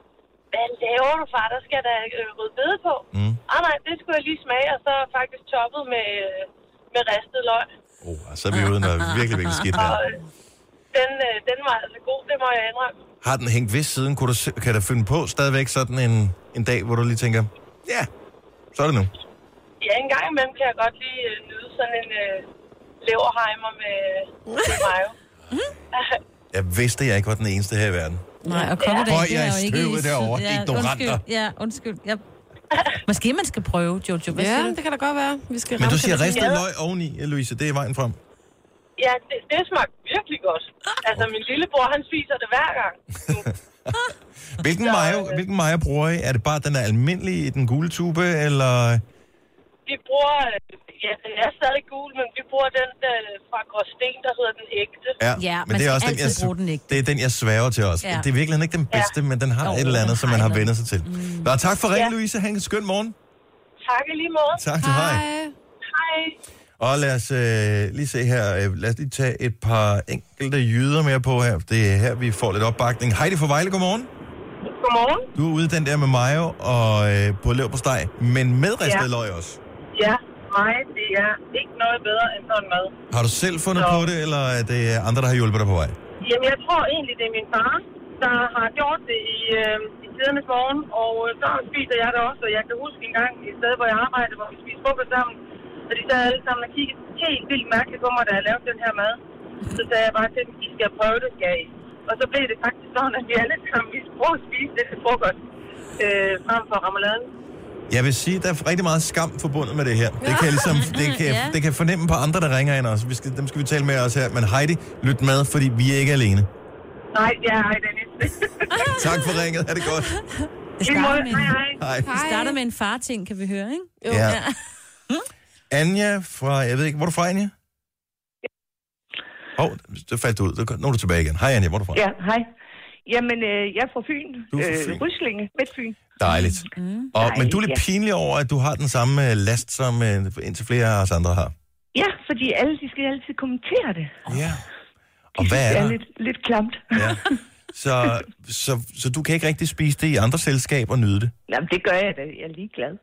hvad laver du, far? Der skal der øh, rødbede på.
Mm.
Ah, nej, det skulle jeg lige smage, og så faktisk toppet med, øh, med ristet løg.
Oh, så er vi ude i noget virkelig, virkelig skidt her.
Og øh, den, øh, den var altså god, det må jeg indrømme.
Har den hængt ved siden? Kunne du, se- kan du finde på stadigvæk sådan en, en dag, hvor du lige tænker, ja, så er det nu.
Ja, en gang imellem kan jeg godt lige øh, nyde sådan en øh, leverheimer med, med mayo.
Jeg vidste, at jeg ikke var den eneste her i verden.
Nej, og kokkedag,
Høj,
det
jeg
er
er
jo ikke...
støvet
syd-
derovre. Ignoranter.
undskyld. Ja, undskyld. Ja. <laughs> Måske man skal prøve, Jojo. Hvad
Ja,
siger du?
det kan da godt være. Vi skal
Men
ramme
du siger
kategorien.
ristet løg oveni, Louise. Det er vejen frem.
Ja, det, det smagte virkelig godt. Altså, min lillebror, han spiser det hver gang.
Hvilken mayo, hvilken mayo bruger I? Er det bare den der almindelige i den gule tube, eller...
Vi bruger, øh, ja, den er stadig gul, men vi bruger den øh, fra Gråsten, der hedder den ægte.
Ja,
men
man
det er
skal
også den, jeg,
altid bruge den ægte.
det er den, jeg sværger til os. Ja.
Ja.
Det er virkelig ikke den bedste, ja. men den har
Jo,
et eller
den
andet, som
har
man har
et eller
vendt sig til. Mm. Nå, tak for ringen, ja. Louise. Ha' en skøn morgen.
Tak i lige måde.
Tak til hej. hej.
Hej.
Hej.
Og lad os øh, lige se her. Øh, Lad os lige tage et par enkelte jyder mere på her. Det er her, vi får lidt opbakning. Heidi fra Vejle, godmorgen.
Godmorgen.
Du er ude i den der med mayo og øh, på lev på steg, men med ristet ja.
Ja.
løg også.
Ja, mig, det er ikke noget bedre end sådan mad.
Har du selv fundet
Nå.
på det, eller er det andre, der har hjulpet dig på vej?
Jamen, jeg tror egentlig, det er min far, der har gjort det i, øh, i tidernes morgen, og øh, så spiser jeg det også. Og jeg kan huske en gang et sted, hvor jeg arbejdede, hvor vi spiste frokost sammen, og de sad alle sammen og kiggede helt vildt mærkeligt på mig, da jeg lavede den her mad. Så sagde jeg bare til dem, I skal prøve det, skal I. Og så blev det faktisk sådan, at vi alle sammen vi prøvede at spise det til frokost øh, frem for ramaladen.
Jeg vil sige, der er rigtig meget skam forbundet med det her. Det kan jeg, ligesom, det kan, ja. det kan jeg fornemme på andre, der ringer ind også. Vi skal, dem skal vi tale med også her. Men Heidi, lyt med, fordi vi er ikke alene.
Nej, det er ej,
<laughs>
Dennis.
Tak for ringet. Ha' det godt.
Det
I måde.
starter med
Hej,
en,
hej.
Hej.
det starter med en farting, kan vi høre, ikke?
Jo.
Ja. Anja fra, jeg ved ikke, hvor er du fra, Anja? Åh, oh, det faldt du ud. Det- Nu er du tilbage igen. Hej, Anja, hvor er du fra?
Ja, hej. Jamen, øh, jeg er fra Fyn.
Du er fra Fyn.
Øh, Ryslinge, Midtfyn.
Dejligt. Mm. Og, men du er lidt
Dejligt,
pinlig over, at du har den samme øh, last, som øh, indtil flere af os andre har.
Ja, fordi alle de skal altid kommentere det.
Ja.
De
Og
synes,
hvad er
det
der?
er lidt, lidt klamt.
Ja. Så, så, så du kan ikke rigtig spise det i andre selskaber og nyde det?
Jamen, det gør jeg da. Jeg er ligeglad.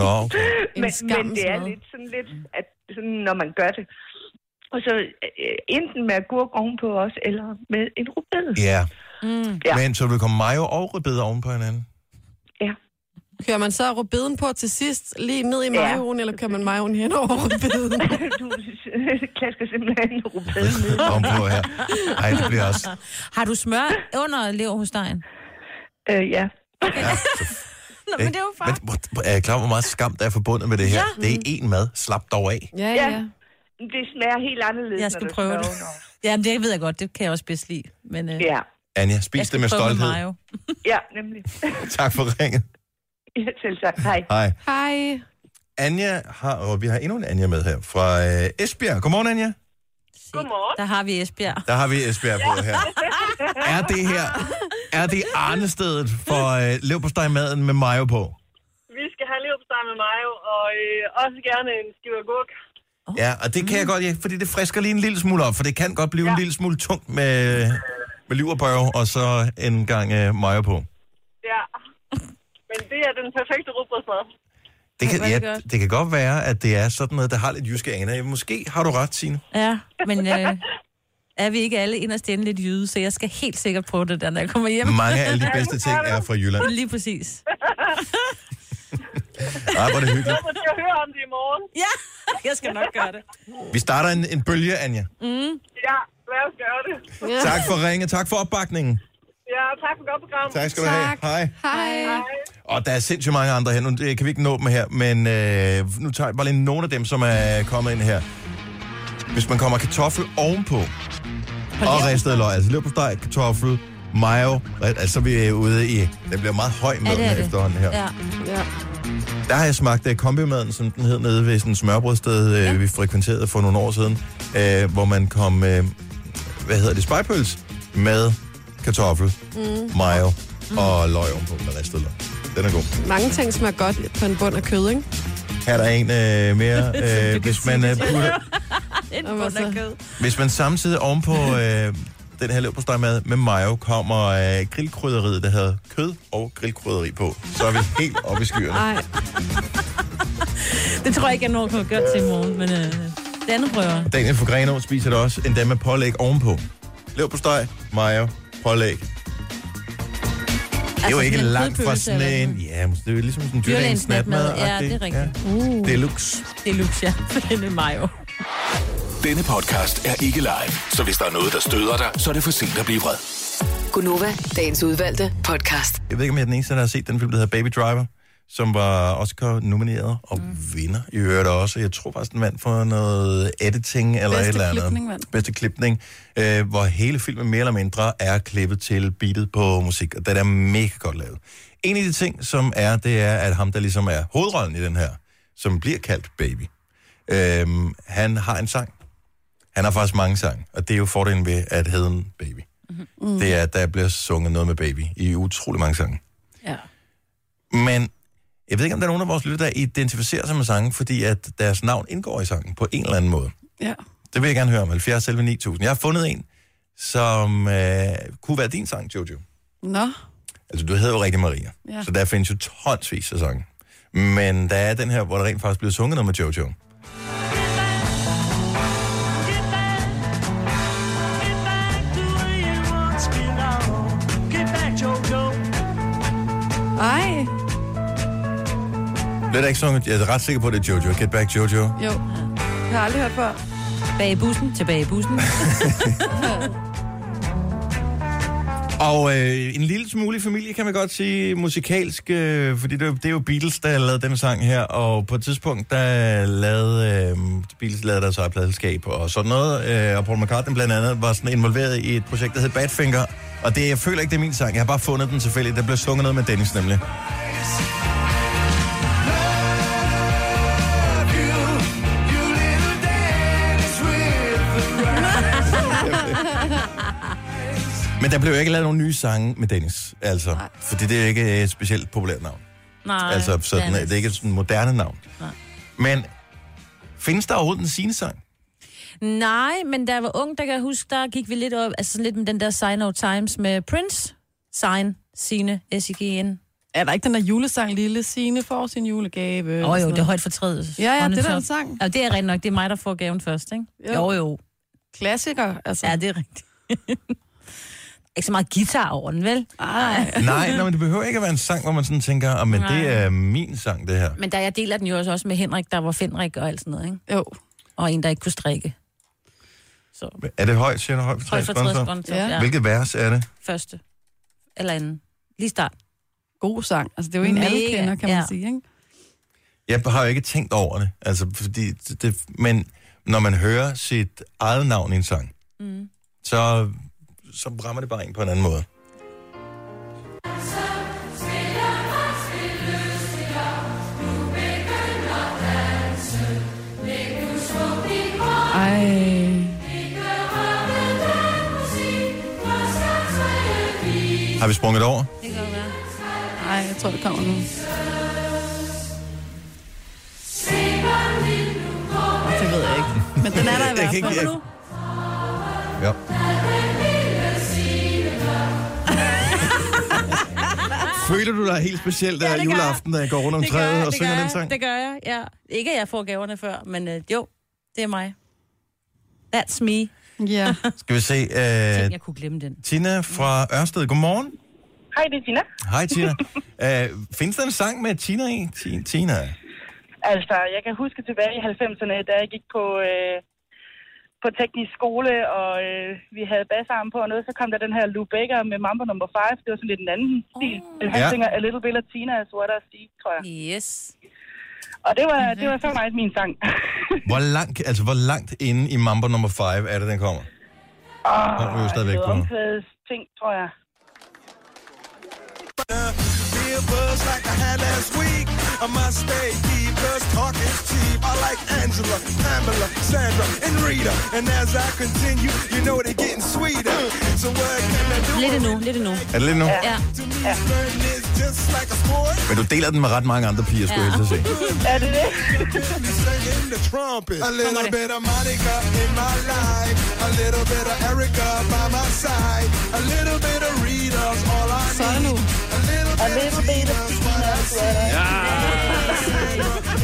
Nå, okay.
En
<laughs> men, men
skammens
det er
mad.
lidt sådan lidt, at sådan, når man gør det. Og så øh, enten med agurk ovenpå os, eller med en rubede.
Ja.
Mm.
Ja.
Men så vil der komme mayo og rødbeder oven på hinanden.
Kører man så rubeden på til sidst, lige ned i majoen, eller kører man majoen hen over rubeden?
<laughs> du <laughs> klasker simpelthen en rubede ned.
<laughs> oven på her. Ej, det bliver også...
Har du smør under leverhostejen?
Øh, ja.
Ja,
Nå, men det er jo far.
men hvor- er jeg klar, over, hvor meget skam der er forbundet med det her? Ja. Det er én mad. Slap dog af.
<laughs> Ja,
Ja.
ja.
Det smager helt anderledes,
Jeg skal
når der
prøve
smør
det.
ovenover.
Jamen, det ved jeg godt. Det kan jeg også bedst lide. Men, øh, jeg
Ja,
Anja, spis
skal
det med
prøve
stolthed.
mayo.
ja, nemlig. <laughs>
tak for ringen.
Ja, selv sagt. Hej.
Hej.
Hej.
Anja har... Og vi har endnu en Anja med her fra øh, Esbjerg. Godmorgen, Anja.
Se,
Godmorgen. <laughs>
Der har vi Esbjerg.
Der har vi Esbjerg på
<laughs>
her. Er det her... Er det arnestedet for øh, leverpostejmaden med mayo på?
Vi skal have leverpostej med mayo, og øh, også gerne en skive agurk.
Ja, og det kan jeg godt, ja, fordi det frisker lige en lille smule op, for det kan godt blive Mm. ja. en lille smule tungt med, med liv og bøv, og så en gang øh, mayo på.
Ja. <laughs> Men det er den perfekte rugbrødsmad.
Det kan,
hvor er
ja,
det godt.
det kan godt være, at det er sådan noget, der har lidt jyske aner. Måske har du ret, Signe.
Ja, men øh, er vi ikke alle inderst inde lidt jyde, så jeg skal helt sikkert prøve det der, når jeg kommer hjem.
Mange af alle de bedste ting er fra Jylland.
Lige præcis.
Ej, hvor er det hyggeligt.
Jeg må til at høre om det i morgen.
Ja, <laughs> jeg skal nok gøre det.
Vi starter en, en bølge, Anja.
Ja, lad os gøre det.
Tak for ringe, tak for opbakningen.
Ja, tak for godt program.
Tak skal du
Tak.
have. Hej.
Hej.
Og der er sindssygt mange andre her. Nu det kan vi ikke nå dem her, men øh, nu tager jeg bare lige nogle af dem, som er kommet ind her. Hvis man kommer kartoffel ovenpå, og ristet løg, altså leverpostej, kartoffel, mayo, re- altså så er vi ude i... Den bliver meget høj med
Ja, det er
ja,
det.
efterhånden her. Ja.
Ja.
Ja.
Der har jeg smagt uh, kombimaden, som den hed nede ved sådan et smørbrødsted, øh, vi frekventerede for nogle år siden, øh, hvor man kom, øh, hvad hedder det, spejpøls med kartoffel, mm. mayo og løg ovenpå med ristet løg. Den er god.
Mange ting smager godt på en bund af kød, ikke?
Her er der en øh, <laughs> mere. Øh, hvis, man, øh, putter,
Den
Og hvad
bund er
så?
kød.
hvis man samtidig <laughs> ovenpå øh, den her leverpostejmad med mayo kommer øh, grillkrydderiet, der hedder kød og grillkrydderi på, så er vi helt oppe i skyerne.
Nej,
Det tror jeg ikke, jeg når at gøre til i morgen, men øh, det andet prøver.
Daniel fra Grenå spiser det også, endda med pålæg ovenpå. Leverpostej, mayo, pålæg. Det er jo
Altså
ikke
sådan en
langt fra
kødpølse
sådan
eller
en... Ja, men det er jo ligesom sådan en
Dyrlægens
dyrlægens natmad.
natmad. Ja, det er rigtigt.
Uh. Deluxe.
Det er luks, <laughs> ja. Det er mig jo.
Denne podcast er ikke live, så hvis der er noget, der støder dig, så er det for sent at blive vred.
Gunova, dagens udvalgte podcast.
Jeg ved ikke, om jeg er den eneste, der har set den film, der hedder Baby Driver, som var Oscar-nomineret og mm. vinder i øvrigt også. Jeg tror faktisk, den vandt for noget editing eller
Bedste
et eller andet.
klipning vandt.
Bedste klipning. Øh, hvor hele filmen mere eller mindre er klippet til beatet på musik, og den er mega godt lavet. En af de ting, som er, det er, at ham, der ligesom er hovedrollen i den her, som bliver kaldt Baby, øh, han har en sang. Han har faktisk mange sange, og det er jo fordelen ved at hedde en baby. Mm. Det er, at der bliver sunget noget med baby i utrolig mange sange.
Ja.
Men jeg ved ikke, om der er nogen af vores lytter, der identificerer sig med sangen, fordi at deres navn indgår i sangen på en eller anden måde.
Ja.
Det vil jeg gerne høre om. 70 selv 9000. Jeg har fundet en, som øh, kunne være din sang, Jojo.
Nå.
Altså, du hedder jo rigtig Maria, ja.
Ja.
så der findes jo tonsvis af sange. Men der er den her, hvor der rent faktisk bliver sunget noget med Jojo.
Ej.
Bliver der ikke sunget? Jeg er ret sikker på, at det er Jojo. Get back, Jojo.
Jo. Jeg har aldrig hørt før.
Bag i bussen, tilbage i <laughs> bussen.
Og øh, en lille smule i familie, kan man godt sige, musikalsk, øh, fordi det, er jo- det er jo Beatles, der lavede den sang her, og på et tidspunkt, der lavede øh, Beatles lavede deres eget pladselskab og sådan noget, øh, og Paul McCartney blandt andet var sådan involveret i et projekt, der hed Badfinger, og det, jeg føler ikke, det er min sang, jeg har bare fundet den selvfølgelig, der blev sunget noget med Dennis nemlig. Men der blev jo ikke lavet nogen nye sange med Dennis, altså, fordi det er jo ikke et specielt populært navn.
Nej,
Altså, sådan,
Dennis.
det er ikke sådan et moderne navn. Nej. Men findes der overhovedet en sine sang?
Nej, men da jeg var ung, der kan jeg huske, der gik vi lidt op, altså sådan lidt med den der Sign of Times med Prince. Sign, Sine, s i g n
Er der ikke den der julesang, Lille Signe får sin julegave?
Åh oh, jo, det er højt fortrædet.
Ja, ja,
On
det
the
der er en
top.
sang.
Ja, det er rigtigt nok. Det er mig, der får gaven først, ikke? Jo,
Jo.
jo.
Klassiker, altså.
Ja, det er rigtigt. <laughs> ikke så meget guitar over den, vel?
Ej.
Nej, nej, men det behøver ikke at være en sang, hvor man sådan tænker, oh, men det er min sang, det her.
Men der, jeg deler den jo også, også med Henrik, der var Fenrik og alt sådan noget, ikke?
Jo.
Og en, der ikke kunne strikke. Så
Er det højt, siger du? Højt
højt fortrædet sponsor.
Ja.
Ja. ja.
Hvilket vers er det?
Første. Eller anden. Lige start.
God sang. Altså, det er jo en, alle
Mega,
kender, kan man
ja.
sige, ikke?
Jeg har jo ikke tænkt over det, altså, fordi det, det, men når man hører sit eget navn i en sang, mm. så, så rammer det bare en på en anden måde.
Ej.
Har vi sprunget over?
Ej, jeg tror, det kommer nu. Det ved jeg ikke. Men den er der i
Jeg kan
hvert
ikke-
fald.
jeg- Ja. <laughs> Føler du dig helt speciel der
Ja,
ja,
det gør jeg.
juleaften, da jeg går rundt om
Det gør jeg,
træet og
det gør
synger den
jeg,
sang?
Det gør jeg, ja. Ikke at jeg får gaverne før, men øh, jo, det er mig. That's me. Tænk,
Ja.
Skal vi se, øh,
jeg kunne glemme den.
Tina fra Ørsted, godmorgen.
Hej, det er Tina.
Hej <laughs> Tina. Æh, findes der en sang med Tina i? Ti- Tina.
Altså, jeg kan huske tilbage i 90'erne, da jeg gik på, øh, på teknisk skole, og øh, vi havde bassarmen på og noget, så kom der den her Lou Baker med Mambo No. 5. Det var sådan lidt en anden stil. Han
Ja.
ja. synger A Little Bit of Tina is What I See, tror jeg.
Yes.
Og det var, det var så meget min
<laughs>
sang.
Hvor langt, altså, hvor langt inde i Mambo nummer 5 er det, den kommer?
Åh,
Den ryger stadigvæk
det
på.
var omkvædes ting, tror jeg.
Lidt endnu, lidt endnu.
Er det lidt nu?
Ja.
Ja. Men du deler den med ret mange andre piger, skulle jeg helst se.
Er det det?
A little bit of Monica in my life. A little bit of Erica by my side. A little bit of Rita's all I
Så er det nu.
A little
A little bit of Tina Turner.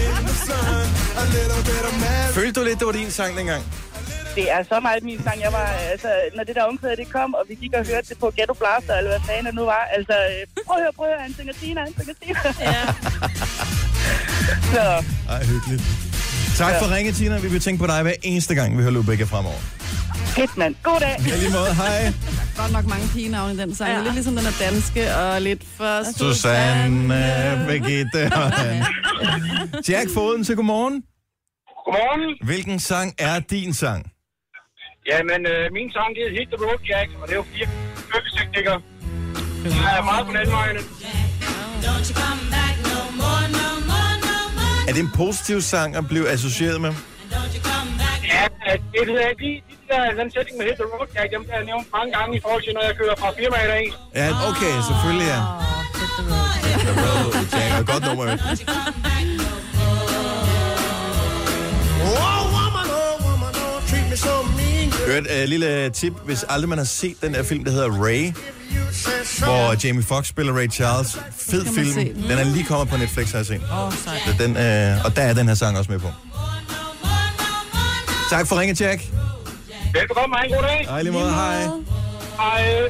in the sun. A little bit of Mary.
Følte du lidt, det var din sang dengang?
Det er så meget min sang. Jeg var, altså, når det der omkvæde, det kom, og vi gik og hørte det på Ghetto Blaster, eller hvad fanden det nu var. Altså, øh, prøv at høre, prøv at høre, han synger Tina, han synger Tina. Ja. så,
Ej, hyggeligt. Tak for ringet, Tina. Vi vil tænke på dig hver eneste gang, vi hører Lubecka fremover.
fedt mand. God dag.
Ja, lige måde. Hej.
Godt nok mange pigenavne i den sang. Ja. Lidt ligesom den er danske, og lidt for...
Susanne, Birgitte og han. Jack Foden til godmorgen.
Godmorgen.
Hvilken sang er din sang?
Jamen, øh, min sang, det er Hit the Road Jack, og det er jo fire følgesygtikker. Jeg er meget på den vejene.
Er det en positiv sang at blive associeret med?
Ja, det ved jeg ikke lige. De der, den sætning med Hit the Road Jack, dem der jeg nævnt mange gange i forhold til, når jeg kører fra firmaet af.
Ja, okay, selvfølgelig ja. Jack er et godt nummer. jo.
Oh, woman, oh, woman, oh, treat me so mean.
Hørt et uh, lille tip, hvis aldrig man har set den her film, der hedder Ray,
You said so.
hvor Jamie Foxx spiller Ray Charles. Fed
man
film.
se den.
Den er lige kommet på Netflix, har jeg set. Så den, øh, og der er den her sang også med på. Tak for ringet, Jack.
Velbekomme, og have en god dag.
Hej, lige måde. Hej.
Hej.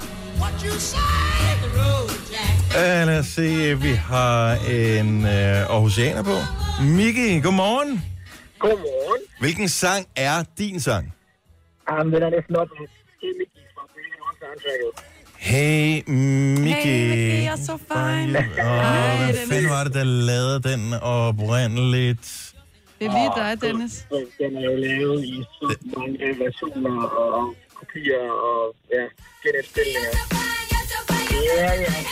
Øh, lad os se, vi har en øh, Aarhusianer på. Miki, godmorgen.
Godmorgen.
Hvilken sang er din sang?
Jamen, den er næsten op. Det er Mickey fra Bring On Soundtracket.
Hey, Miki.
Hey, Miki, you're so fine.
Åh,
Ej,
hvad
den er-
fanden var det, der lavede den oprindeligt?
Det er lige dig, Dennis.
Den, den er jo lavet i så mange versioner og, og kopier og ja, genindspilninger. Ja, ja.
<laughs>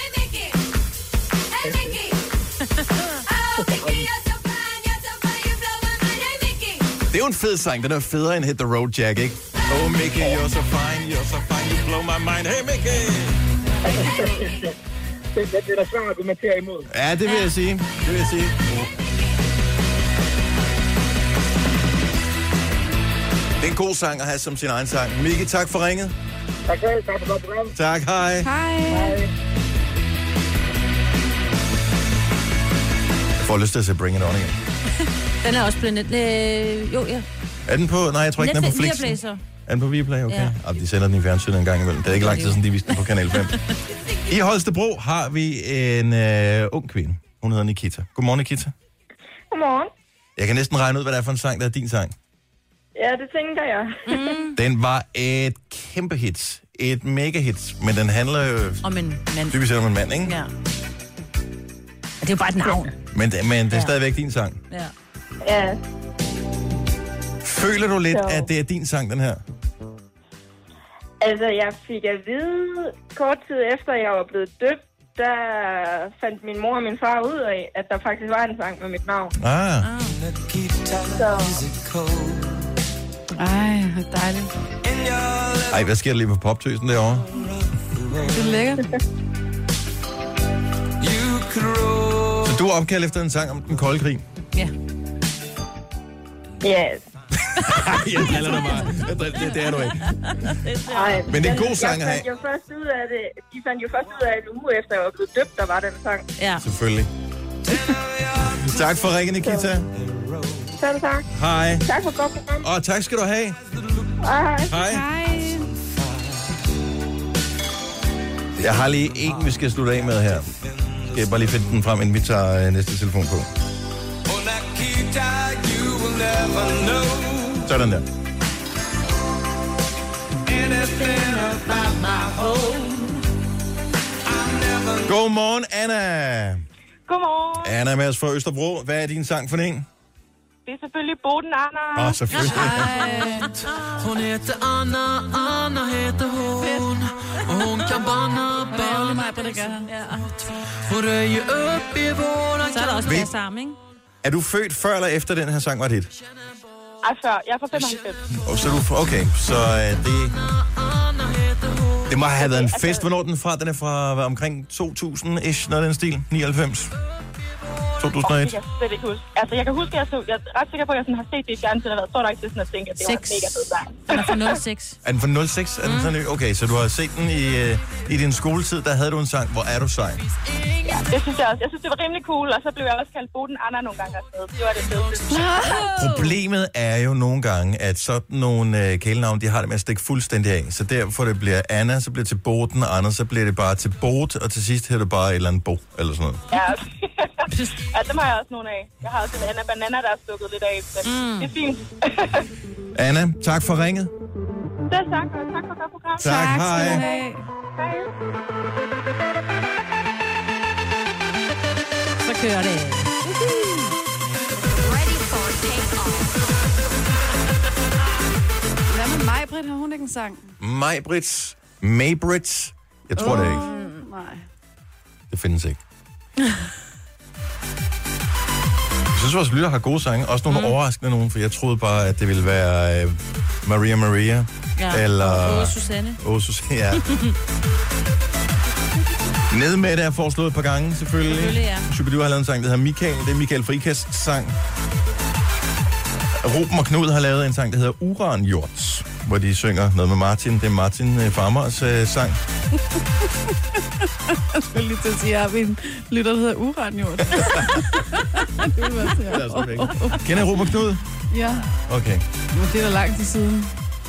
Det er jo en fed sang. Den er federe end Hit the Road Jack, ikke? Oh, Mickey, you're so fine, you're so fine, you blow my mind. Hey, Mickey!
Det, det, det er da svært at argumentere imod.
Ja, det vil jeg sige. Det vil jeg sige. Det er en god sang at have som sin egen sang. Mickey, tak for ringet.
Tak for det. Tak for godt program.
Tak, hej.
Hej.
Jeg får lyst til at se Bring It On igen.
Den er også blevet net... Øh, jo, ja.
Er den på? Nej, jeg tror ikke, den er på
Netflix,
Flix.
Viaplay så.
Er den på Viaplay? Okay. Ja.
Ja.
Ah, de sender den i fjernsynet en gang imellem. Det er ikke lang tid siden, de viste den på Kanal 5. I Holstebro har vi en øh, ung kvinde. Hun hedder Nikita. Godmorgen, Nikita.
Godmorgen.
Jeg kan næsten regne ud, hvad det er for en sang, der er din sang.
Ja, det tænker jeg.
Den var et kæmpe hit. Et mega hit. Men den handler jo
Om en mand.
dybest set om en mand, ikke?
Ja. Og det er jo bare et navn.
Men, det- men det er
Ja.
stadigvæk din sang.
Ja.
Ja,
Føler du lidt,
Jo.
at det er din sang, den her?
altså jeg fik at vide kort tid efter, jeg var blevet døbt, der fandt min mor og min far ud af, at der faktisk var en sang med mit navn.
Ah.
Ej, hvor dejligt.
Ej, hvad sker der lige på poptøsen derovre?
Det er lækkert.
Så du er opkaldt efter en sang om den kolde krig?
Ja,
<laughs> Jeg driller dig bare. Jeg driller, det, det er du ikke.
ej.
Men det er en god sang at
Jeg fandt
have.
jo først ud af det. De fandt jo først ud af en uge efter, jeg var blevet døbt, der var den sang.
ja.
Selvfølgelig. tak for ringen, Nikita.
Selv tak.
Hej.
Tak for godt program.
Og tak skal du have.
Hej.
Hej.
Hej.
Jeg har lige en, vi skal slutte af med her. Skal jeg bare lige finde den frem, inden vi tager øh, næste telefon på.
Oh, Nikita, you will never know
Sådan der.
anything about my home. I'll never
Godmorgen, Anna.
Godmorgen.
Anna er med os fra Østerbro. Hvad er din sang for en?
Det er selvfølgelig Boden Anna.
Åh, oh, selvfølgelig.
Hon heter Anna, Anna heter hon Och hon kan banna,
Ærgerlig
banna
mig, på det gør her.
Hon röjer upp i våran
Så er der også
Vi-
mere sammen, ikke?
Er du født før eller efter den her sang var dit?
Ej, før. Jeg er fra 95.
Oh, så er du, okay, så øh, det... Det må have været en fest. Hvornår er den fra? Den er fra hvad, omkring 2000-ish, noget af den stil. 99. 2001.
Det kan jeg slet ikke huske. Altså, jeg kan huske, at jeg, så, jeg er ret sikker på, at jeg sådan har set det i fjernsynet, og været så langt til sådan at tænke, at det var en
Seks.
mega fed sang.
Den er fra 06.
Er den fra 06? Er den sådan, ny? okay, så du har set den i, øh, i din skoletid, der havde du en sang, Hvor er du sej?
Ja, det synes jeg også. Jeg synes, det var rimelig cool, og så blev jeg også kaldt Boden Anna nogle gange og sådan noget. Det var det fedeste.
Problemet er jo nogle gange, at sådan nogle øh, kælenavn, de har det med at stikke fuldstændig af. Så derfor det bliver Anna, så bliver det til Boten, og Anders, så bliver det bare til Bot, og til sidst hedder det bare et eller andet Bo, eller sådan noget.
Ja. <laughs> ja, dem har jeg også nogle af. Jeg har også en Anna Banana, der er stukket lidt af, men mm. det er fint. <laughs>
Anna, tak for ringet.
det er tak, og tak for godt program.
Tak, Tak, hej. skal du
Så kører det.
Hvad med mig, Britt? Har hun ikke en sang?
Majbrits, Maybrits, jeg tror det ikke.
Mm, Nej.
Det findes ikke. <laughs> Jeg synes, vores lytter har gode sange. Også nogle
Mhm.
mm. overraskende nogen, for jeg troede bare, at det ville være øh, Maria Maria.
Ja.
Eller...
Åh, Susanne.
Åh, Susanne,
<laughs>
ja. Nede med det er foreslået et par gange, selvfølgelig.
Selvfølgelig, ja.
Superdu har lavet en sang, der hedder Michael. Det er Michael Frikas sang. Ruben og Knud har lavet en sang, der hedder Uranjords, hvor de synger noget med Martin. Det er Martin øh, Farmers øh, sang.
Jeg skulle lige til at sige, at jeg har en lytter, der hedder <laughs> Uranjord. det ville være
Der er sådan
sjovt.
ikke- Kender I Ruben og Knud?
Ja,
Okay.
men det er da lang tid siden.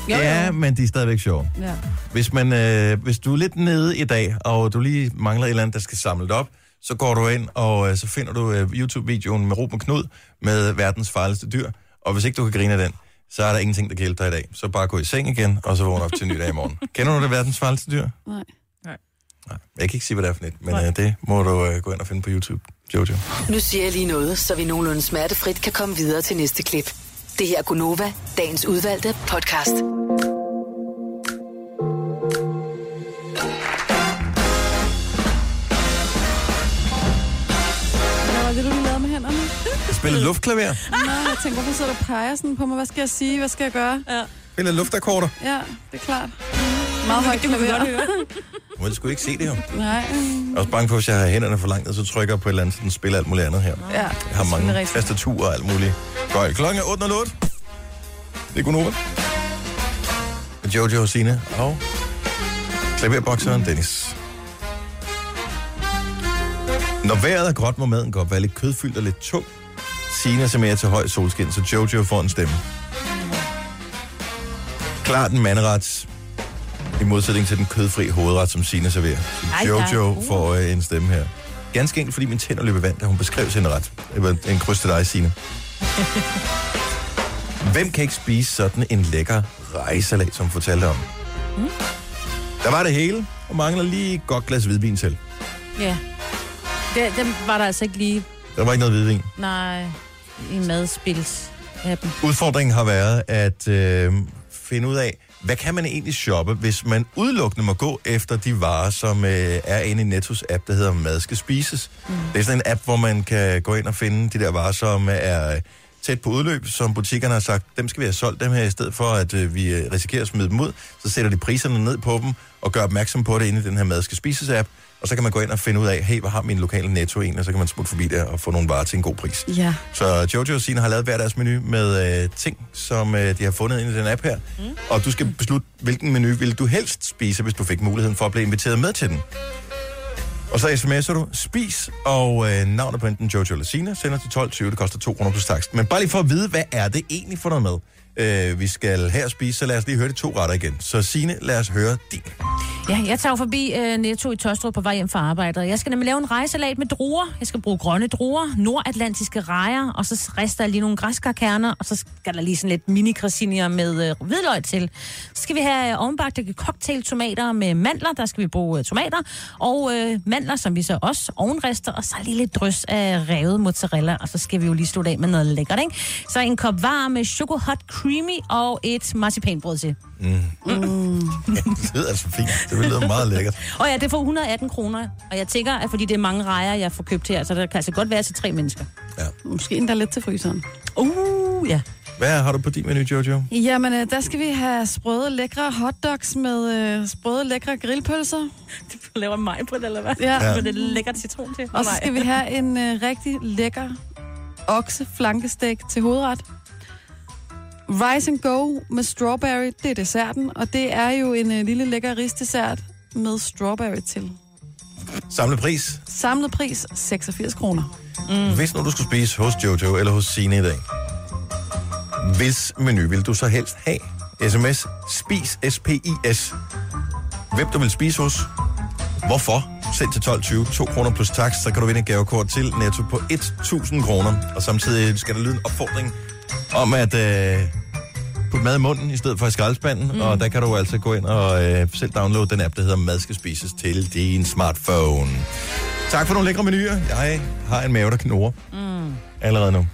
Ja, men de er stadigvæk sjove.
Ja.
Hvis, man, øh, hvis du er lidt nede i dag, og du lige mangler et eller andet, der skal samle det op, så går du ind, og øh, så finder du øh, YouTube-videoen med Ruben Knud med verdens farligste dyr. Og hvis ikke du kan grine af den, så er der ingenting, der kan hjælpe dig i dag. Så bare gå i seng igen, og så vågn op til en ny dag i
<laughs>
morgen. Kender du det verdens farligste dyr?
Nej.
Nej. Jeg kan ikke sige, hvad det er for net, men øh, det må du øh, gå ind og finde på YouTube, Jojo.
Nu siger jeg lige noget, så vi nogenlunde smertefrit kan komme videre til næste klip. Det her er Gunova, dagens udvalgte podcast.
Hvad var det, du lige lavede med hænderne?
Spiller luftklaver?
Nå, jeg tænkte, hvorfor sidder du og peger sådan på mig? Hvad skal jeg sige? Hvad skal jeg gøre? Ja,
Spiller luftakkorder?
ja det er klart. Meget højt klaver.
Du må sgu ikke se det jo.
Nej.
Jeg er også bange for, hvis jeg har hænderne for langt, ned, så trykker jeg på et eller andet, så den spiller alt muligt andet her.
Ja,
Jeg har
det er
mange
rigtigt.
tastaturer og alt muligt. Godt. Klokken er 8.08. Det er Gunova. Med Jojo og Signe og klaverbokseren Dennis. Når vejret er godt, må maden godt være lidt kødfyldt og lidt tung. Signe er mere til høj solskin, så Jojo får en stemme. Klart en manderet i modsætning til den kødfri hovedret, som Signe serverer. Så
Ej,
Jojo
ja. Uh.
får øh, en stemme her. Ganske enkelt, fordi min tænder løb i vand, da hun beskrev sin ret. Det var en kryds til dig, Signe.
<laughs>
Hvem kan ikke spise sådan en lækker rejsalat, som hun fortalte om?
Mm.
Der var det hele, og mangler lige et godt glas hvidvin til.
Ja. Det, dem var der altså ikke lige,
Der var ikke noget hvidvin.
nej, i madspils af dem.
Udfordringen har været at øh, finde ud af, hvad kan man egentlig shoppe, hvis man udelukkende må gå efter de varer, som øh, er inde i Nettos app, der hedder Mad skal spises. Mm. Det er sådan en app, hvor man kan gå ind og finde de der varer, som er øh, tæt på udløb, som butikkerne har sagt, dem skal vi have solgt dem her, i stedet for at øh, vi øh, risikerer at smide dem ud. Så sætter de priserne ned på dem og gør opmærksom på det inde i den her Mad skal spises app. Og så kan man gå ind og finde ud af, hey, hvad har min lokale netto en, og så kan man smutte forbi der og få nogle varer til en god pris.
Ja.
Så Jojo og Signe har lavet hver deres menu med øh, ting, som øh, de har fundet ind i den app her. Mm. Og du skal beslutte, hvilken menu vil du helst spise, hvis du fik muligheden for at blive inviteret med til den. Og så sms'er du, spis, og øh, navnet på enten Jojo eller Signe sender til 12.20, det koster 2 kroner plus takst. Men bare lige for at vide, hvad er det egentlig for noget med? Øh, vi skal her spise, så lad os lige høre de to retter igen. Så Signe, lad os høre din. <laughs>
Ja, jeg tager jo forbi øh, Netto i Tostrup på vej hjem fra arbejde, og jeg skal nemlig lave en rejsalat med druer. Jeg skal bruge grønne druer, nordatlantiske rejer, og så rister jeg lige nogle græskarkerner, og så skal der lige sådan lidt mini med øh, hvidløg til. Så skal vi have øh, ovenbagte cocktailtomater med mandler, der skal vi bruge øh, tomater, og øh, mandler, som vi så også ovenrister, og så lige lidt drys af revet mozzarella, og så skal vi jo lige slutte af med noget lækkert, ikke? Så en kop varm med choco hot creamy og et marcipanbrød til.
Det lyder altså fint. Det lyder meget lækkert.
Og ja, det får 118 kroner. Og jeg tænker, at fordi det er mange rejer, jeg får købt her, så der kan altså godt være til tre mennesker.
Ja.
Måske endda lidt til fryseren.
Uh, ja.
Hvad har du på din menu, Jojo?
Jamen, øh, der skal vi have sprøde, lækre hotdogs med øh, sprøde, lækre grillpølser.
Du laver mig på det, eller hvad?
Ja.
Med det lækkert citron til.
Og så skal vi have en øh, rigtig lækker okseflankestek til hovedret. Rice and go med strawberry, det er desserten, og det er jo en øh, lille lækker risdessert med strawberry til.
Samlet pris.
Samlet pris 86 kroner.
Mm. Hvis nu du skulle spise hos Jojo eller hos Sine i dag, hvis menu vil du så helst have? SMS spis, S-P-I-S. Hvem du vil spise hos? Hvorfor? Send til 12.20, 2 kroner plus tax, så kan du vinde et gavekort til Netto på 1.000 kroner. Og samtidig skal der lyde en opfordring om at øh, putte mad i munden i stedet for i skraldespanden. Mm. Og der kan du altså gå ind og øh, selv downloade den app, der hedder Mad skal spises til din smartphone. Tak for nogle lækre menuer. Jeg har en mave, der knurrer
Mm.
allerede nu.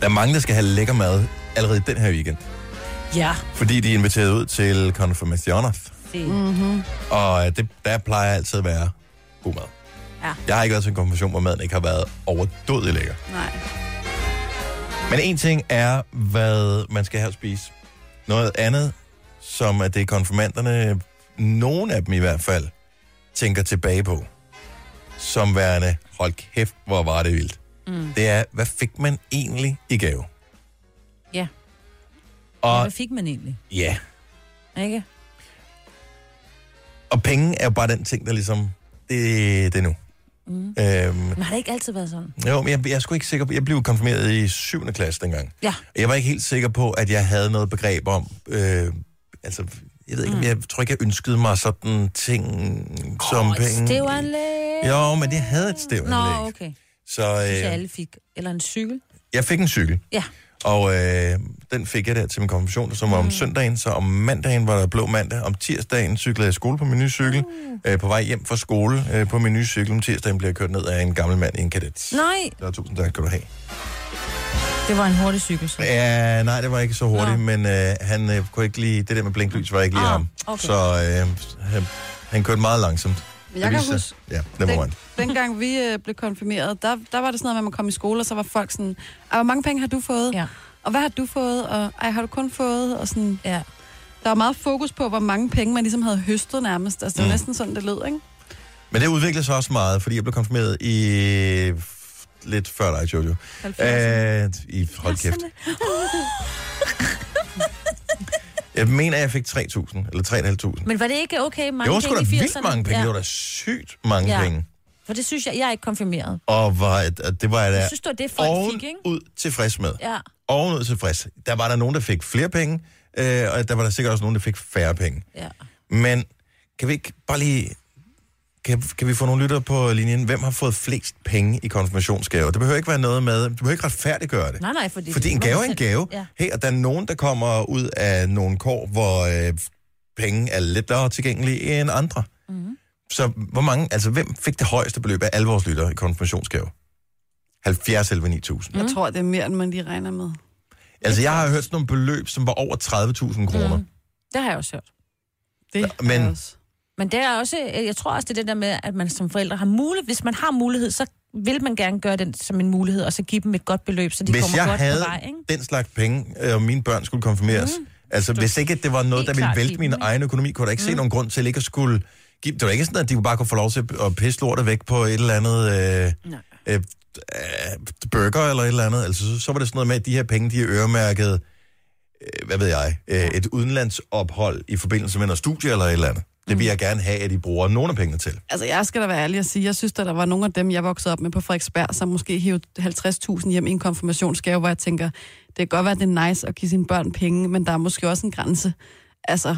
Der er mange, der skal have lækker mad allerede den her weekend.
Ja.
Fordi de er inviteret ud til konfirmationer.
Mm-hmm.
Og øh, det, der plejer altid at være god mad.
Ja.
Jeg har ikke været til en konfirmation, hvor maden ikke har været overdådig lækker.
Nej.
Men en ting er, hvad man skal have at spise. Noget andet, som at det er konfirmanderne, nogen af dem i hvert fald, tænker tilbage på, som værende, hold kæft, hvor var det vildt.
Mm.
Det er, hvad fik man egentlig i gave?
Ja. Og...
Og
Hvad fik man egentlig?
ja,
Ikke?
og penge er jo bare den ting, der ligesom, det, det er nu.
Mm.
Øhm,
Men har det ikke altid været sådan?
jo, men jeg, jeg er sgu ikke sikker på, jeg blev konfirmeret i 7. klasse dengang.
Ja.
Jeg var ikke helt sikker på, at jeg havde noget begreb om, øh, altså, jeg ved ikke, mm. jeg tror ikke, jeg ønskede mig sådan ting som
Åh, et
penge.
Stævanlæg.
Jo, men det havde et stævanlæg.
Nå, okay.
Så
Så
øh,
alle fik. Eller en cykel.
jeg fik en cykel,
Ja.
og øh, den fik jeg der til min konfirmation, som var
Mm.
om søndagen, så om mandagen var der blå mandag, om tirsdagen cyklede jeg i skole på min nye cykel,
Mm.
øh, på vej hjem fra skole øh, på min nye cykel, om tirsdagen blev jeg kørt ned af en gammel mand i en kadet.
Nej,
Der tusind tak skal du have.
det var en hurtig cykel. Så.
Ja, nej, det var ikke så hurtigt, Nå. men øh, han øh, kunne ikke lige, det der med blinklys var ikke lige ah, ham.
okay.
Så øh, han, han kørte meget langsomt.
Men
Det
jeg kan
viste sig-
huske,
Ja, det må man.
Den, dengang vi øh, blev konfirmeret, der, der var det sådan noget med, at man kom i skole, og så var folk sådan, "Ej, hvor mange penge har du fået?
Ja.
Og hvad har du fået? Og ej, har du kun fået? Og sådan,
ja.
Der var meget fokus på, hvor mange penge man ligesom havde høstet nærmest. Altså, det var
Mm.
mm. næsten sådan, det lød, ikke?
Men det udviklede sig også meget, fordi jeg blev konfirmeret i f- lidt før dig, Jojo. Æh, I, hold
<laughs>
kæft. Jeg mener, jeg fik 3.000 eller 3.500.
Men var det ikke okay mange
Det var sgu da
penge i 80'erne?
vildt mange penge. Ja. Det var da sygt mange ja. penge.
For det synes jeg, jeg er ikke konfirmeret.
Og var, et- og det var jeg da
Jeg synes, det var det, folk
oven
fik, ikke?
ud tilfreds med.
Ja.
ovenud tilfreds. Der var der nogen, der fik flere penge, øh, og der var der sikkert også nogen, der fik færre penge.
Ja.
Men kan vi ikke bare lige... Kan, kan vi få nogle lyttere på linjen? Hvem har fået flest penge i konfirmationsgaver? Det behøver ikke være noget med... Du behøver ikke retfærdiggøre det.
Nej, nej, fordi...
Fordi en gave er en gave. Ja.
Ja.
Hey, og der er nogen, der kommer ud af nogle kår, hvor øh, penge er lettere tilgængelige end andre. Mm-hmm.
Mhm.
Så hvor mange, altså hvem fik det højeste beløb af alle vores lyttere i konfirmationsgave? 70 eller 9000.
Mm. Jeg tror, det er mere, end man lige regner med.
Altså, jeg har hørt sådan nogle beløb, som var over 30.000 kroner. Mm.
Det har jeg også hørt.
Det
Men
Men det er også,
øh,
jeg tror også, det er det der med, at man som forældre har mulighed. Hvis man har mulighed, så vil man gerne gøre den som en mulighed, og så give dem et godt beløb, så de
hvis
kommer
jeg
godt
havde
på vej, ikke?
den slags penge, øh, og mine børn skulle konfirmeres, mm. altså hvis ikke det var noget,
Helt
der ville
klart
vælte
give
min egen økonomi, kunne der ikke mm. se nogen grund til ikke at skulle give... Det var ikke sådan, at de bare kunne få lov til at pisse lortet væk på et eller andet... Øh, øh, øh, burger eller et eller andet. Altså, så, så var det sådan noget med, at de her penge, de er øremærket, øh, hvad ved jeg, øh, et udenlandsophold i forbindelse med noget studie eller et eller andet. Det vil jeg gerne have, at de bruger nogle af pengene til.
Altså, jeg skal da være ærlig og sige, jeg synes, at der var nogle af dem, jeg voksede op med på Frederiksberg, som måske hævde 50.000 hjem i en konfirmationsgave, hvor jeg tænker, det kan godt være, det er nice at give sine børn penge, men der er måske også en grænse. Altså,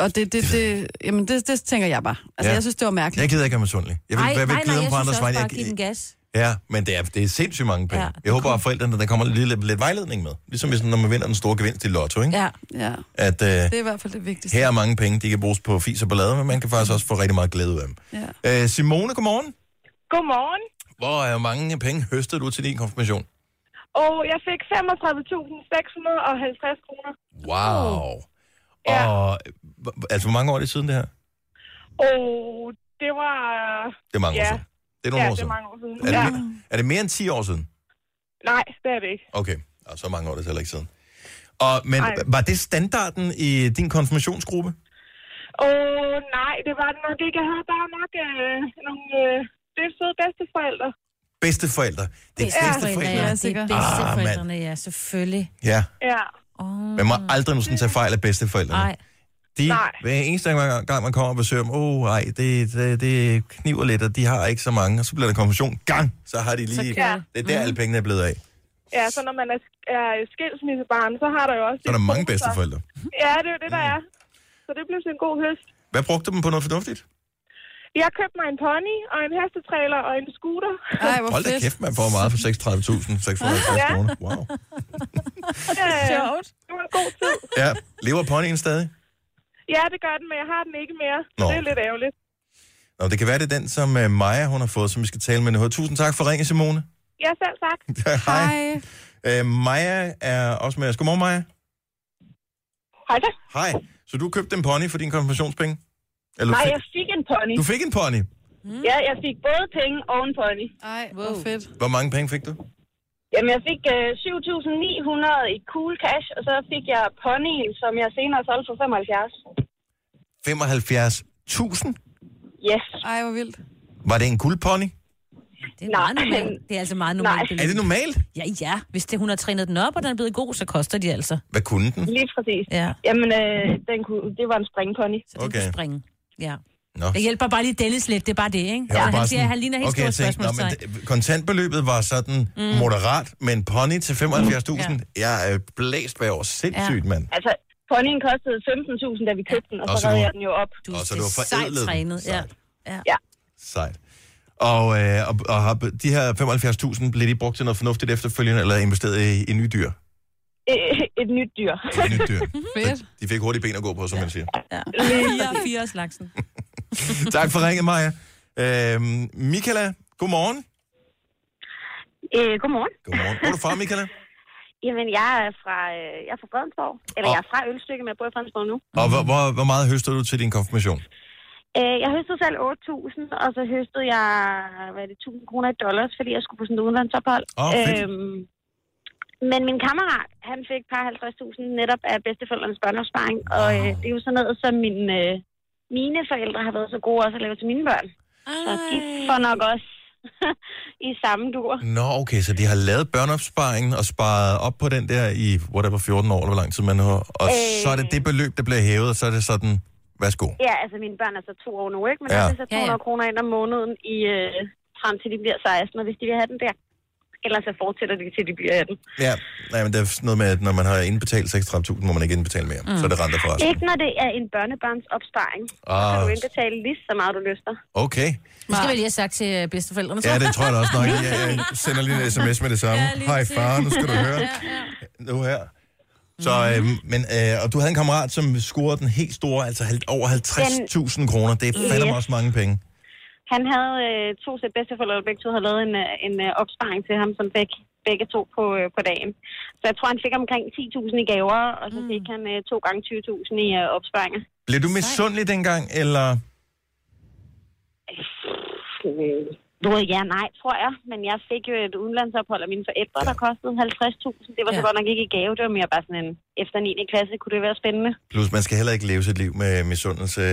og det, det, det, jamen, det, det tænker jeg bare.
Ja.
Altså, ja. jeg synes, det var mærkeligt.
Jeg gider ikke være misundelig. Jeg vil,
Nej,
jeg vil
nej,
glide
nej,
om
jeg
på
synes
andres
også
vejen.
bare
Jeg-
at give den
gas.
Ja, men det er, det er sindssygt mange penge. Ja,
Ja,
jeg håber, at forældrene, der kommer lidt, lidt vejledning med. Ligesom hvis, når man vinder en stor gevinst i lotto, ikke?
Ja,
ja.
At øh,
Det er i hvert fald det vigtigste.
her er mange penge, de kan bruges på fis og ballade, men man kan faktisk også få rigtig meget glæde af dem.
Ja.
Øh, Simone, godmorgen.
Godmorgen.
Hvor er mange penge høstede du til din konfirmation?
Og jeg fik 35.650 kroner.
Wow. Ja. Og, h- h- altså, hvor mange år er det siden det her?
Og det var...
Det er mange år
ja.
siden. Det er nogle
ja,
år
det
siden.
er mange år siden.
Er det,
ja.
mere, er det mere end 10 år siden?
Nej, det er det ikke.
Okay. Og så mange år, det er det heller ikke siden. Og, men
Ej.
var det standarden i din konfirmationsgruppe?
Åh, nej, det var det nok ikke. Jeg havde bare nok øh, nogle øh, det er søde bedsteforældre.
Bedsteforældre. Det er bedsteforældre.
ja. Det er
Ah, Mm.
bedsteforældrene, ja, selvfølgelig.
ja.
Ja.
Man må aldrig nogensinde tage fejl af bedsteforældrene.
Nej.
De, hver eneste gang, gang man kommer og besøger dem, åh oh, nej, det, det, det kniver lidt, og de har ikke så mange. Og så bliver der konfirmation. Gang! Så har de lige...
kører det.
Det Mm. er der, alle pengene er blevet af.
Ja, så når man er, er skilsmissebarn, så har der jo også...
Så er der
lidt
mange Mm.
bonusser.
bedsteforældre.
Ja, det er jo det, der er. Så det blev sådan en god høst.
Hvad brugte du dem på noget fornuftigt?
Jeg købte mig en pony og en hestetræler og en
<laughs>
scooter.
Ej,
Hold da kæft, man får meget for 36.650
Ja.
kroner. Wow.
Sjovt. Det var en god tid.
Ja, lever ponyen stadig?
Ja, det gør den, men jeg har den ikke mere. Så
Nå.
det er lidt ærgerligt.
Nå, det kan være, det er den, som øh, Maja hun har fået, som vi skal tale med nu. Tusind tak for ringen, Simone.
Ja, selv tak.
Hej. Øh, Maja er også med os. Godmorgen, Maja.
Hej da.
Hej. Så du købte en pony for dine konfirmationspenge? Eller du
Nej,
fik-
jeg fik en pony.
Du fik en pony.
Mm. Ja, jeg fik både penge og en pony.
Ej, hvor wow. fedt.
Hvor mange penge fik du?
Jamen, jeg fik øh, 7.900 i cool cash, og så fik jeg ponyen, som jeg senere solgte for 75.
75.000.
Yes.
Ej, hvor vildt.
Var det en guldpony?
Det er meget normalt. Det er altså meget normalt. beløb.
Er det normalt?
Ja, ja. Hvis det, hun har trænet den op, og den er blevet god, så koster de altså.
Hvad kunne den?
Lige præcis.
Ja.
Jamen, øh, den kunne, det var en springpony.
Okay.
Springe. Ja.
Nå.
Jeg hjælper bare lige Dennis lidt, det er bare det, ikke?
Jeg var
han
bare
siger,
sådan-
han ligner helt
okay,
okay,
jeg
store
tænkte, nå, men
spørgsmålstegn.
det- kontantbeløbet var sådan mm. moderat, men pony til 75.000, ja. jeg er blæst bagover. Sindssygt, ja. mand.
Altså, ponyen kostede 15.000, da vi købte den, og så
Og så
redde
du-
jeg den jo op.
Du og så du har forædlet den.
ja.
ja.
Sejt. Og, øh, og, og har de her 75.000, blev de brugt til noget fornuftigt efterfølgende, eller investeret i, i nye dyr?
Et, E, <laughs> et nyt dyr.
Et nyt dyr. De fik hurtige ben at gå på, som man siger.
<laughs> Fire og fire af slagsen.
tak for ringet, Maja. Øhm, Michaela, godmorgen.
Øh, godmorgen.
Godmorgen. Hvor er du fra, Michaela?
Jamen, jeg er fra, øh, jeg er fra Fredensborg. Eller jeg er fra Ølstykke, men jeg bor i Fredensborg nu.
Og hvor, hvor, hvor meget høster du til din konfirmation?
Øh, jeg høstede selv 8.000, og så høstede jeg, hvad er det, 1.000 kroner i dollars, fordi jeg skulle på sådan et udenlandsophold.
Åh, fedt.
øhm, men min kammerat, han fik par 50.000 netop af bedsteforældrenes børneopsparing, og øh, det er jo sådan noget, som min, øh, mine forældre har været så gode også at lave til mine børn. Så
Ah.
de får nok også <laughs> i samme dur.
Nå, okay, så de har lavet børneopsparingen og sparet op på den der i whatever 14 år, eller hvor lang tid man har. Og
Øh.
så er det det beløb, der bliver hævet, og så er det sådan, værsgo.
Ja, altså mine børn er så to år nu, ikke? Men
Ja.
ja. der er så
Ja,
200 ja, ja. kroner ind om måneden i, øh, frem til de bliver 16, og hvis de vil have den der. Ellers så fortsætter de til de bliver 18.
Ja, nej, men det er sådan noget med, at når man har indbetalt 36.000, må man ikke indbetale mere. Mm. Så er det renter for os.
Ikke når det er en børnebarns opsparing. Ah. Så
Ah.
kan du indbetale lige så meget, du lyster.
Okay.
Det skal vi lige have sagt til øh, bedsteforældrene. så.
Ja, det tror jeg da også nok. Jeg jeg sender lige en sms med det samme.
Ja, lige
Hej
præcis.
far, nu skal du høre. Nu her. Så,
Mm.
øhm, men, øh, og du havde en kammerat, som scorede den helt store, altså hal- over 50.000 kroner. Det er fandme
Yes.
også mange penge.
Han havde øh, to sæt bedsteforældre, der begge to havde lavet en, øh, en øh, opsparing til ham, som fik begge to på, øh, på dagen. Så jeg tror, han fik omkring 10.000 i gaver, og så fik han øh, to gange 20.000 i øh, opsparinger.
Blev du misundelig dengang, eller?
Øh, Du ved, ja, nej, tror jeg. Men jeg fik jo et udenlandsophold af mine forældre, der kostede 50.000. Det var så godt nok ikke i gave. Det var mere bare sådan en, efter 9. klasse kunne det være spændende.
Plus, man skal heller ikke leve sit liv med misundelse hvad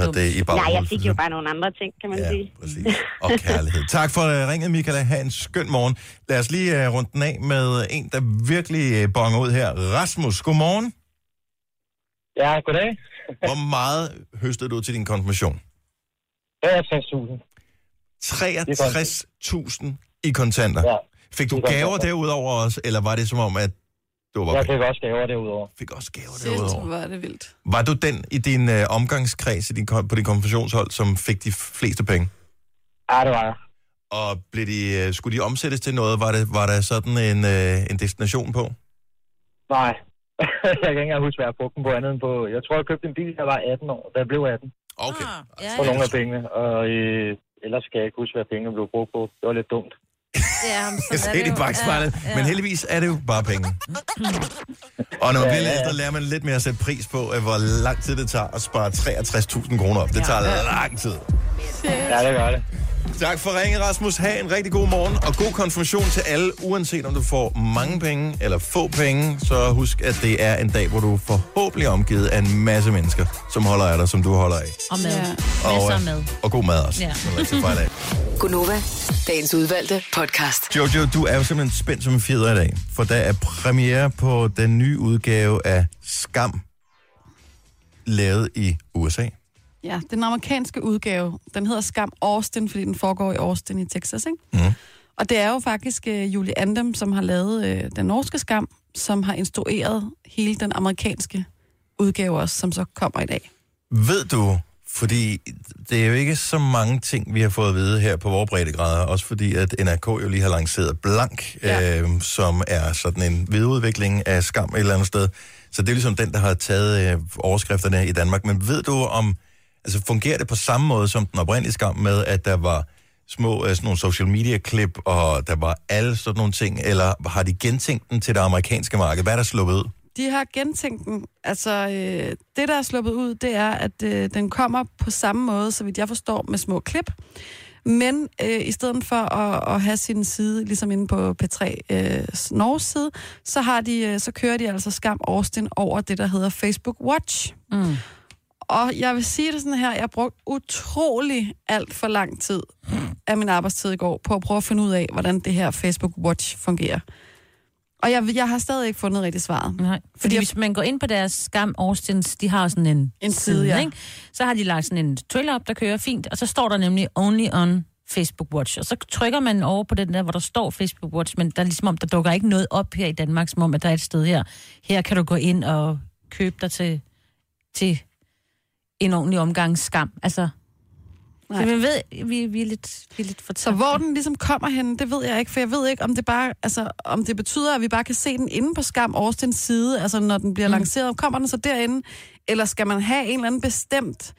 hedder det, i
Nej, jeg
baghovedet.
fik jo bare nogle andre ting, kan man
Ja,
sige.
præcis. Og kærlighed. Tak for uh, ringet, Michaela. Ha' en skøn morgen. Lad os lige uh, runde den af med en, der virkelig uh, bonger ud her. Rasmus, godmorgen.
Ja, goddag.
Hvor meget høstede du til din konfirmation?
63.000.
63.000 i kontanter.
Ja.
Fik du
Det er godt,
gaver
ja.
derudover også, eller var det som om, at du var
Jeg fik også gaver derudover.
Fik også gaver
Fedt, hvor er det vildt.
Var du den i din øh, omgangskreds i din, kon- på din konfirmationshold, som fik de fleste penge?
Ja, Ah, det var jeg.
Og blev de, øh, skulle de omsættes til noget? Var, det, var der sådan en, øh, en destination på?
Nej. <laughs> jeg kan ikke engang huske, hvad jeg brugte den på andet end på... Jeg tror, jeg købte en bil, da jeg var 18 år, da jeg blev 18.
Okay.
Ah, ja, på nogle af pengene, og øh, ellers kan jeg ikke huske, hvad pengene blev brugt på. Det var lidt dumt.
Ja, men
Jeg
sådan
ser det i
jo.
bagspejlet.
Ja, ja.
Men heldigvis er det jo bare penge. Og når man
Ja,
bliver
ja,
lidt,
ja.
så lærer man lidt mere at sætte pris på, øh, hvor lang tid det tager at spare 63.000 kroner op. Det tager lang tid.
Ja, det gør det.
Tak for ringen, Rasmus. Ha' en rigtig god morgen, og god konfirmation til alle, uanset om du får mange penge eller få penge. Så husk, at det er en dag, hvor du forhåbentlig er omgivet af en masse mennesker, som holder af dig, som du holder af.
Og mad. Ja.
Og,
Masser af
øh,
mad.
Og god mad også.
Ja.
Ja. Fejl af.
Gunova, dagens udvalgte podcast.
Jojo, du er jo simpelthen spændt som en fjeder i dag, for der er premiere på den nye udgave af Skam, lavet i USA.
Ja, den amerikanske udgave, den hedder Skam Austin, fordi den foregår i Austin i Texas, ikke?
Mm.
Og det er jo faktisk øh, Julie Andem, som har lavet øh, den norske Skam, som har instrueret hele den amerikanske udgave også, som så kommer i dag.
Ved du, fordi det er jo ikke så mange ting, vi har fået at vide her på vores breddegrader, også fordi at NRK jo lige har lanceret Blank, ja. øh, som er sådan en videreudvikling af Skam et eller andet sted. Så det er ligesom den, der har taget øh, overskrifterne i Danmark. Men ved du om, altså fungerer det på samme måde som den oprindelige Skam med, at der var små øh, sådan nogle social media-klip, og der var alle sådan nogle ting, eller har de gentænkt den til det amerikanske marked? Hvad er der sluppet ud?
De har gentænkt den. Altså, øh, det, der er sluppet ud, det er, at øh, den kommer på samme måde, så vidt jeg forstår, med små klip. Men øh, i stedet for at, at have sin side, ligesom inde på P3 øh, Norges side, så, har de, øh, så kører de altså Skam Austin over det, der hedder Facebook Watch.
Mm.
Og jeg vil sige det sådan her, jeg har brugt utrolig alt for lang tid af min arbejdstid i går på at prøve at finde ud af, hvordan det her Facebook Watch fungerer. Og jeg, jeg har stadig ikke fundet rigtig svaret.
Nej, fordi hvis man går ind på deres Skam Austins, de har jo sådan en, en side,
ja.
ikke? så har de lagt sådan en trailer op, der kører fint, og så står der nemlig Only on Facebook Watch, og så trykker man over på den der, hvor der står Facebook Watch, men der er ligesom om, der dukker ikke noget op her i Danmark, som om, at der er et sted her. Her kan du gå ind og købe dig til, til en ordentlig omgang skam. Altså,
Nej.
så man ved, vi, vi er lidt, vi er lidt for
Så hvor den ligesom kommer hen, det ved jeg ikke, for jeg ved ikke, om det bare, altså, om det betyder, at vi bare kan se den inde på Skam Austins side, altså når den bliver mm. lanceret, kommer den så derinde, eller skal man have en eller anden bestemt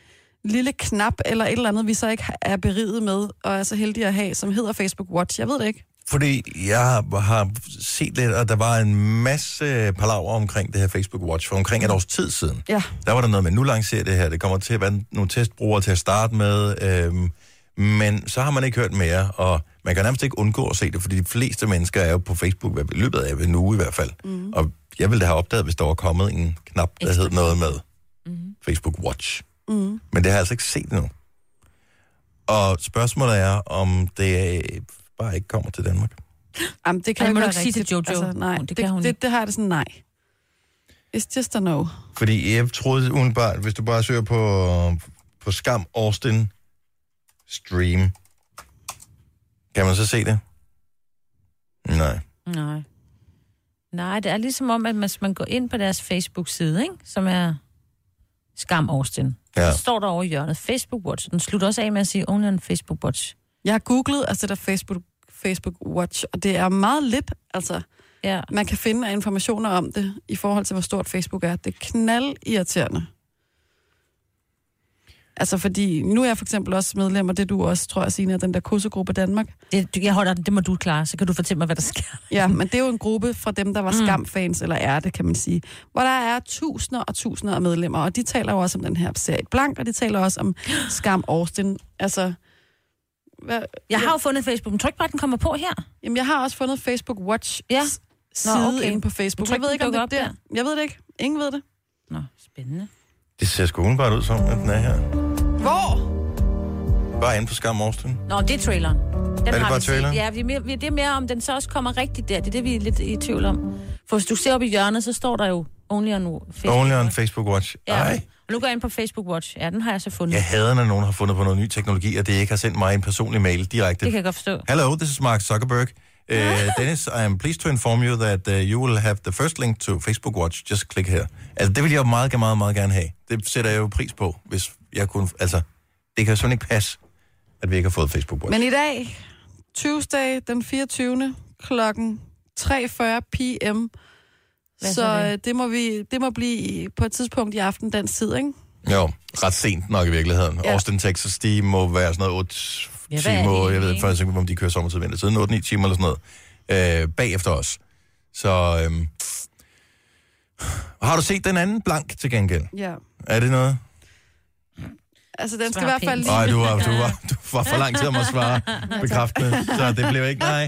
lille knap, eller et eller andet, vi så ikke er beriget med, og er så heldige at have, som hedder Facebook Watch. Jeg ved det ikke.
Fordi jeg har set lidt, og der var en masse palaver omkring det her Facebook Watch for omkring et års tid siden.
Ja.
Der var der noget med, nu lancerer det her, det kommer til at være nogle testbrugere til at starte med, øhm, men så har man ikke hørt mere, og man kan nærmest ikke undgå at se det, fordi de fleste mennesker er jo på Facebook i løbet af en uge i hvert fald. Mm. Og jeg ville da have opdaget, hvis der var kommet en knap, der hed noget med mm. Facebook Watch.
Mm.
Men det har jeg altså ikke set endnu. Og spørgsmålet er, om det øh, bare ikke kommer til Danmark.
Jamen, det kan
Ej,
jo
må
ikke
du
være
ikke sige til
rigtigt.
Jojo.
Altså, nej,
Det
det,
kan hun
det, det, det, har jeg det sådan, nej. It's just a no.
Fordi jeg troede umiddelbart, hvis du bare søger på, på Skam Austin Stream, kan man så se det? Nej.
Nej. Nej, det er ligesom om, at hvis man går ind på deres Facebook-side, ikke? som er Skam Austin,
Ja.
ja. så står der over i hjørnet Facebook Watch. Den slutter også af med at sige Only on Facebook Watch.
Jeg har googlet, altså det der Facebook, Facebook Watch, og det er meget lidt, altså.
Ja.
Man kan finde af informationer om det, i forhold til, hvor stort Facebook er. Det er knald irriterende. Altså, fordi nu er jeg for eksempel også medlem, og det er du også, tror jeg, Signe, af den der kussegruppe Danmark.
Det, jeg holder den, det må du klare, så kan du fortælle mig, hvad der sker.
Ja, men det er jo en gruppe fra dem, der var
Mhm. Mm.
skamfans, eller er det, kan man sige. Hvor der er tusinder og tusinder af medlemmer, og de taler jo også om den her serie Blank, og de taler også
<gasps>
om Skam Austin. Altså, hvad,
Jeg har jo fundet Facebook, men tryk bare, at den kommer på her.
Jamen, jeg har også fundet Facebook Watch ja. side Nå,
okay.
okay. inde på
Men
Facebook.
tror
Jeg
ikke,
ved
den
ikke, om det
dukker
er
op
der. Jeg ved det ikke. Ingen ved det.
Nå, spændende.
Det ser sgu umiddelbart ud som, at den er her.
Hvor?
Bare inde på Skam Austin.
Nå, det er traileren. Den
Er det
har
bare
vi set.
traileren?
Ja, vi er mere, vi, det er mere, om den så også kommer rigtigt der. Det er det, vi er lidt i tvivl om. For hvis du ser op i hjørnet, så står der jo Only on Facebook.
Only on Facebook Watch.
Ja.
Ej,
Og nu går jeg ind på Facebook Watch. Ja, den har jeg så fundet.
jeg hader, når nogen har fundet på noget ny teknologi, og det ikke har sendt mig en personlig mail direkte.
det kan jeg godt forstå.
Hello, this is Mark Zuckerberg. Uh, Dennis, I am pleased to inform you that uh, you will have the first link to Facebook Watch. Just click here. Altså, det vil jeg jo meget, meget, meget gerne have. Det sætter jeg jo pris på, hvis jeg kunne... Altså, det kan jo sådan ikke passe, at vi ikke har fået Facebook Watch.
Men i dag, Tuesday den 24. klokken 3.40 p.m.,
Hvad
så,
så det?
øh, det? må vi, det må blive i- på et tidspunkt i aften den tid, ikke?
Jo, ret sent nok i virkeligheden. Ja. Austin, Texas, de må være sådan noget 8
Ja,
ja,
hvad er det
timer, jeg
egentlig,
ved
ikke?
faktisk ikke, om de kører sommertid vinter, siden 8-9 timer eller sådan noget, øh, bagefter os. Så øhm, har du set den anden blank til gengæld?
Ja.
Er det noget?
Altså, den skal i hvert fald lige...
Nej, du var, du, var, du var for lang tid om at svare bekræftende, så det blev ikke nej.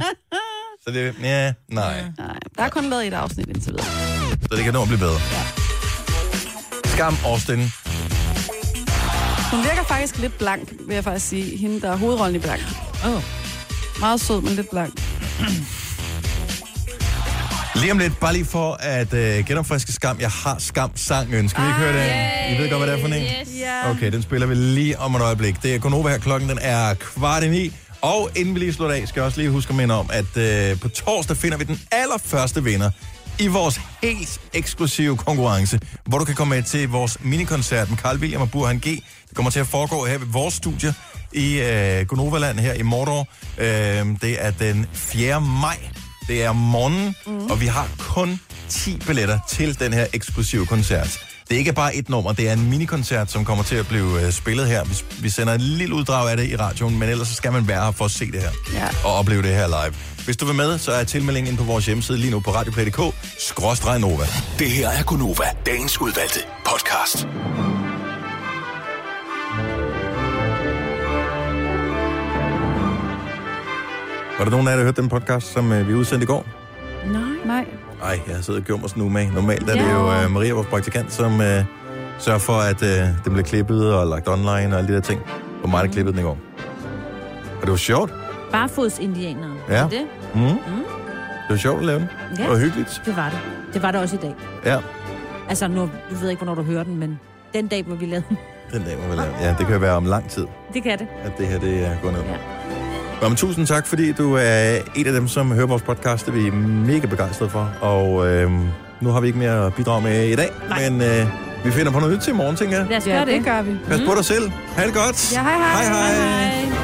Så det, ja, nej.
Nej, der er kun lavet et afsnit indtil videre.
Så det kan nå at blive bedre. Skam Austin.
Hun virker faktisk lidt blank, vil jeg faktisk sige. Hende, der er hovedrollen i blank. Oh. Meget sød, men lidt blank.
Lige om lidt, bare lige for at øh, genopfriske skam. Jeg har skam sangen. Skal vi ikke høre den? I ved godt, hvad det er for en? Okay, den spiller vi lige om et øjeblik. Det er Gonova her. Klokken den er kvart i ni. Og inden vi lige slutter af, skal jeg også lige huske at minde om, at øh, på torsdag finder vi den allerførste vinder i vores helt eksklusive konkurrence, hvor du kan komme med til vores minikoncert med Carl William og Burhan G. Det kommer til at foregå her ved vores studie i øh, Gonovaland her i Mordor. Øh, det er den 4. maj. Det er om morgenen, mm. og vi har kun 10 billetter til den her eksklusive koncert. Det er ikke bare et nummer, det er en minikoncert, som kommer til at blive øh, spillet her. Vi, vi sender et lille uddrag af det i radioen, men ellers så skal man være her for at se det her
Ja.
og opleve det her live. Hvis du vil med, så er tilmeldingen inde på vores hjemmeside lige nu på radioplay.dk, skråstreg Nova.
Det her er Gunova, dagens udvalgte podcast.
Var der nogen af jer, der hørte den podcast, som øh, vi udsendte i går?
Nej. Nej.
Nej, jeg sidder og gjorde mig sådan umage. Normalt er det jo øh, Maria, vores praktikant, som øh, sørger for, at øh, den bliver klippet og lagt online og alle de der ting. Hvor meget der klippede den i går. Og det var sjovt.
Barfods indianere.
Ja.
Er Det?
Mm. Mm. Det var sjovt at lave den.
Ja.
Det var hyggeligt.
det var det. Det var det også i dag.
Ja,
Altså, nu, du ved ikke, hvornår du hører den, men den dag, hvor vi lavede den. <laughs>
den dag må vi lave. Ja, det kan jo være om lang tid.
Det kan det.
at det her det er gået ned. Ja. Nå, men tusind tak, fordi du er en af dem, som hører vores podcast. Det er vi mega begejstrede for. Og øh, nu har vi ikke mere at bidrage med i dag. Nej. Men øh, vi finder på noget nyt til i morgen, tænker jeg.
Lad os ja, gøre det. det gør vi.
Pas på dig selv. Ha' det godt.
Ja, hej hej. hej, hej. hej, hej.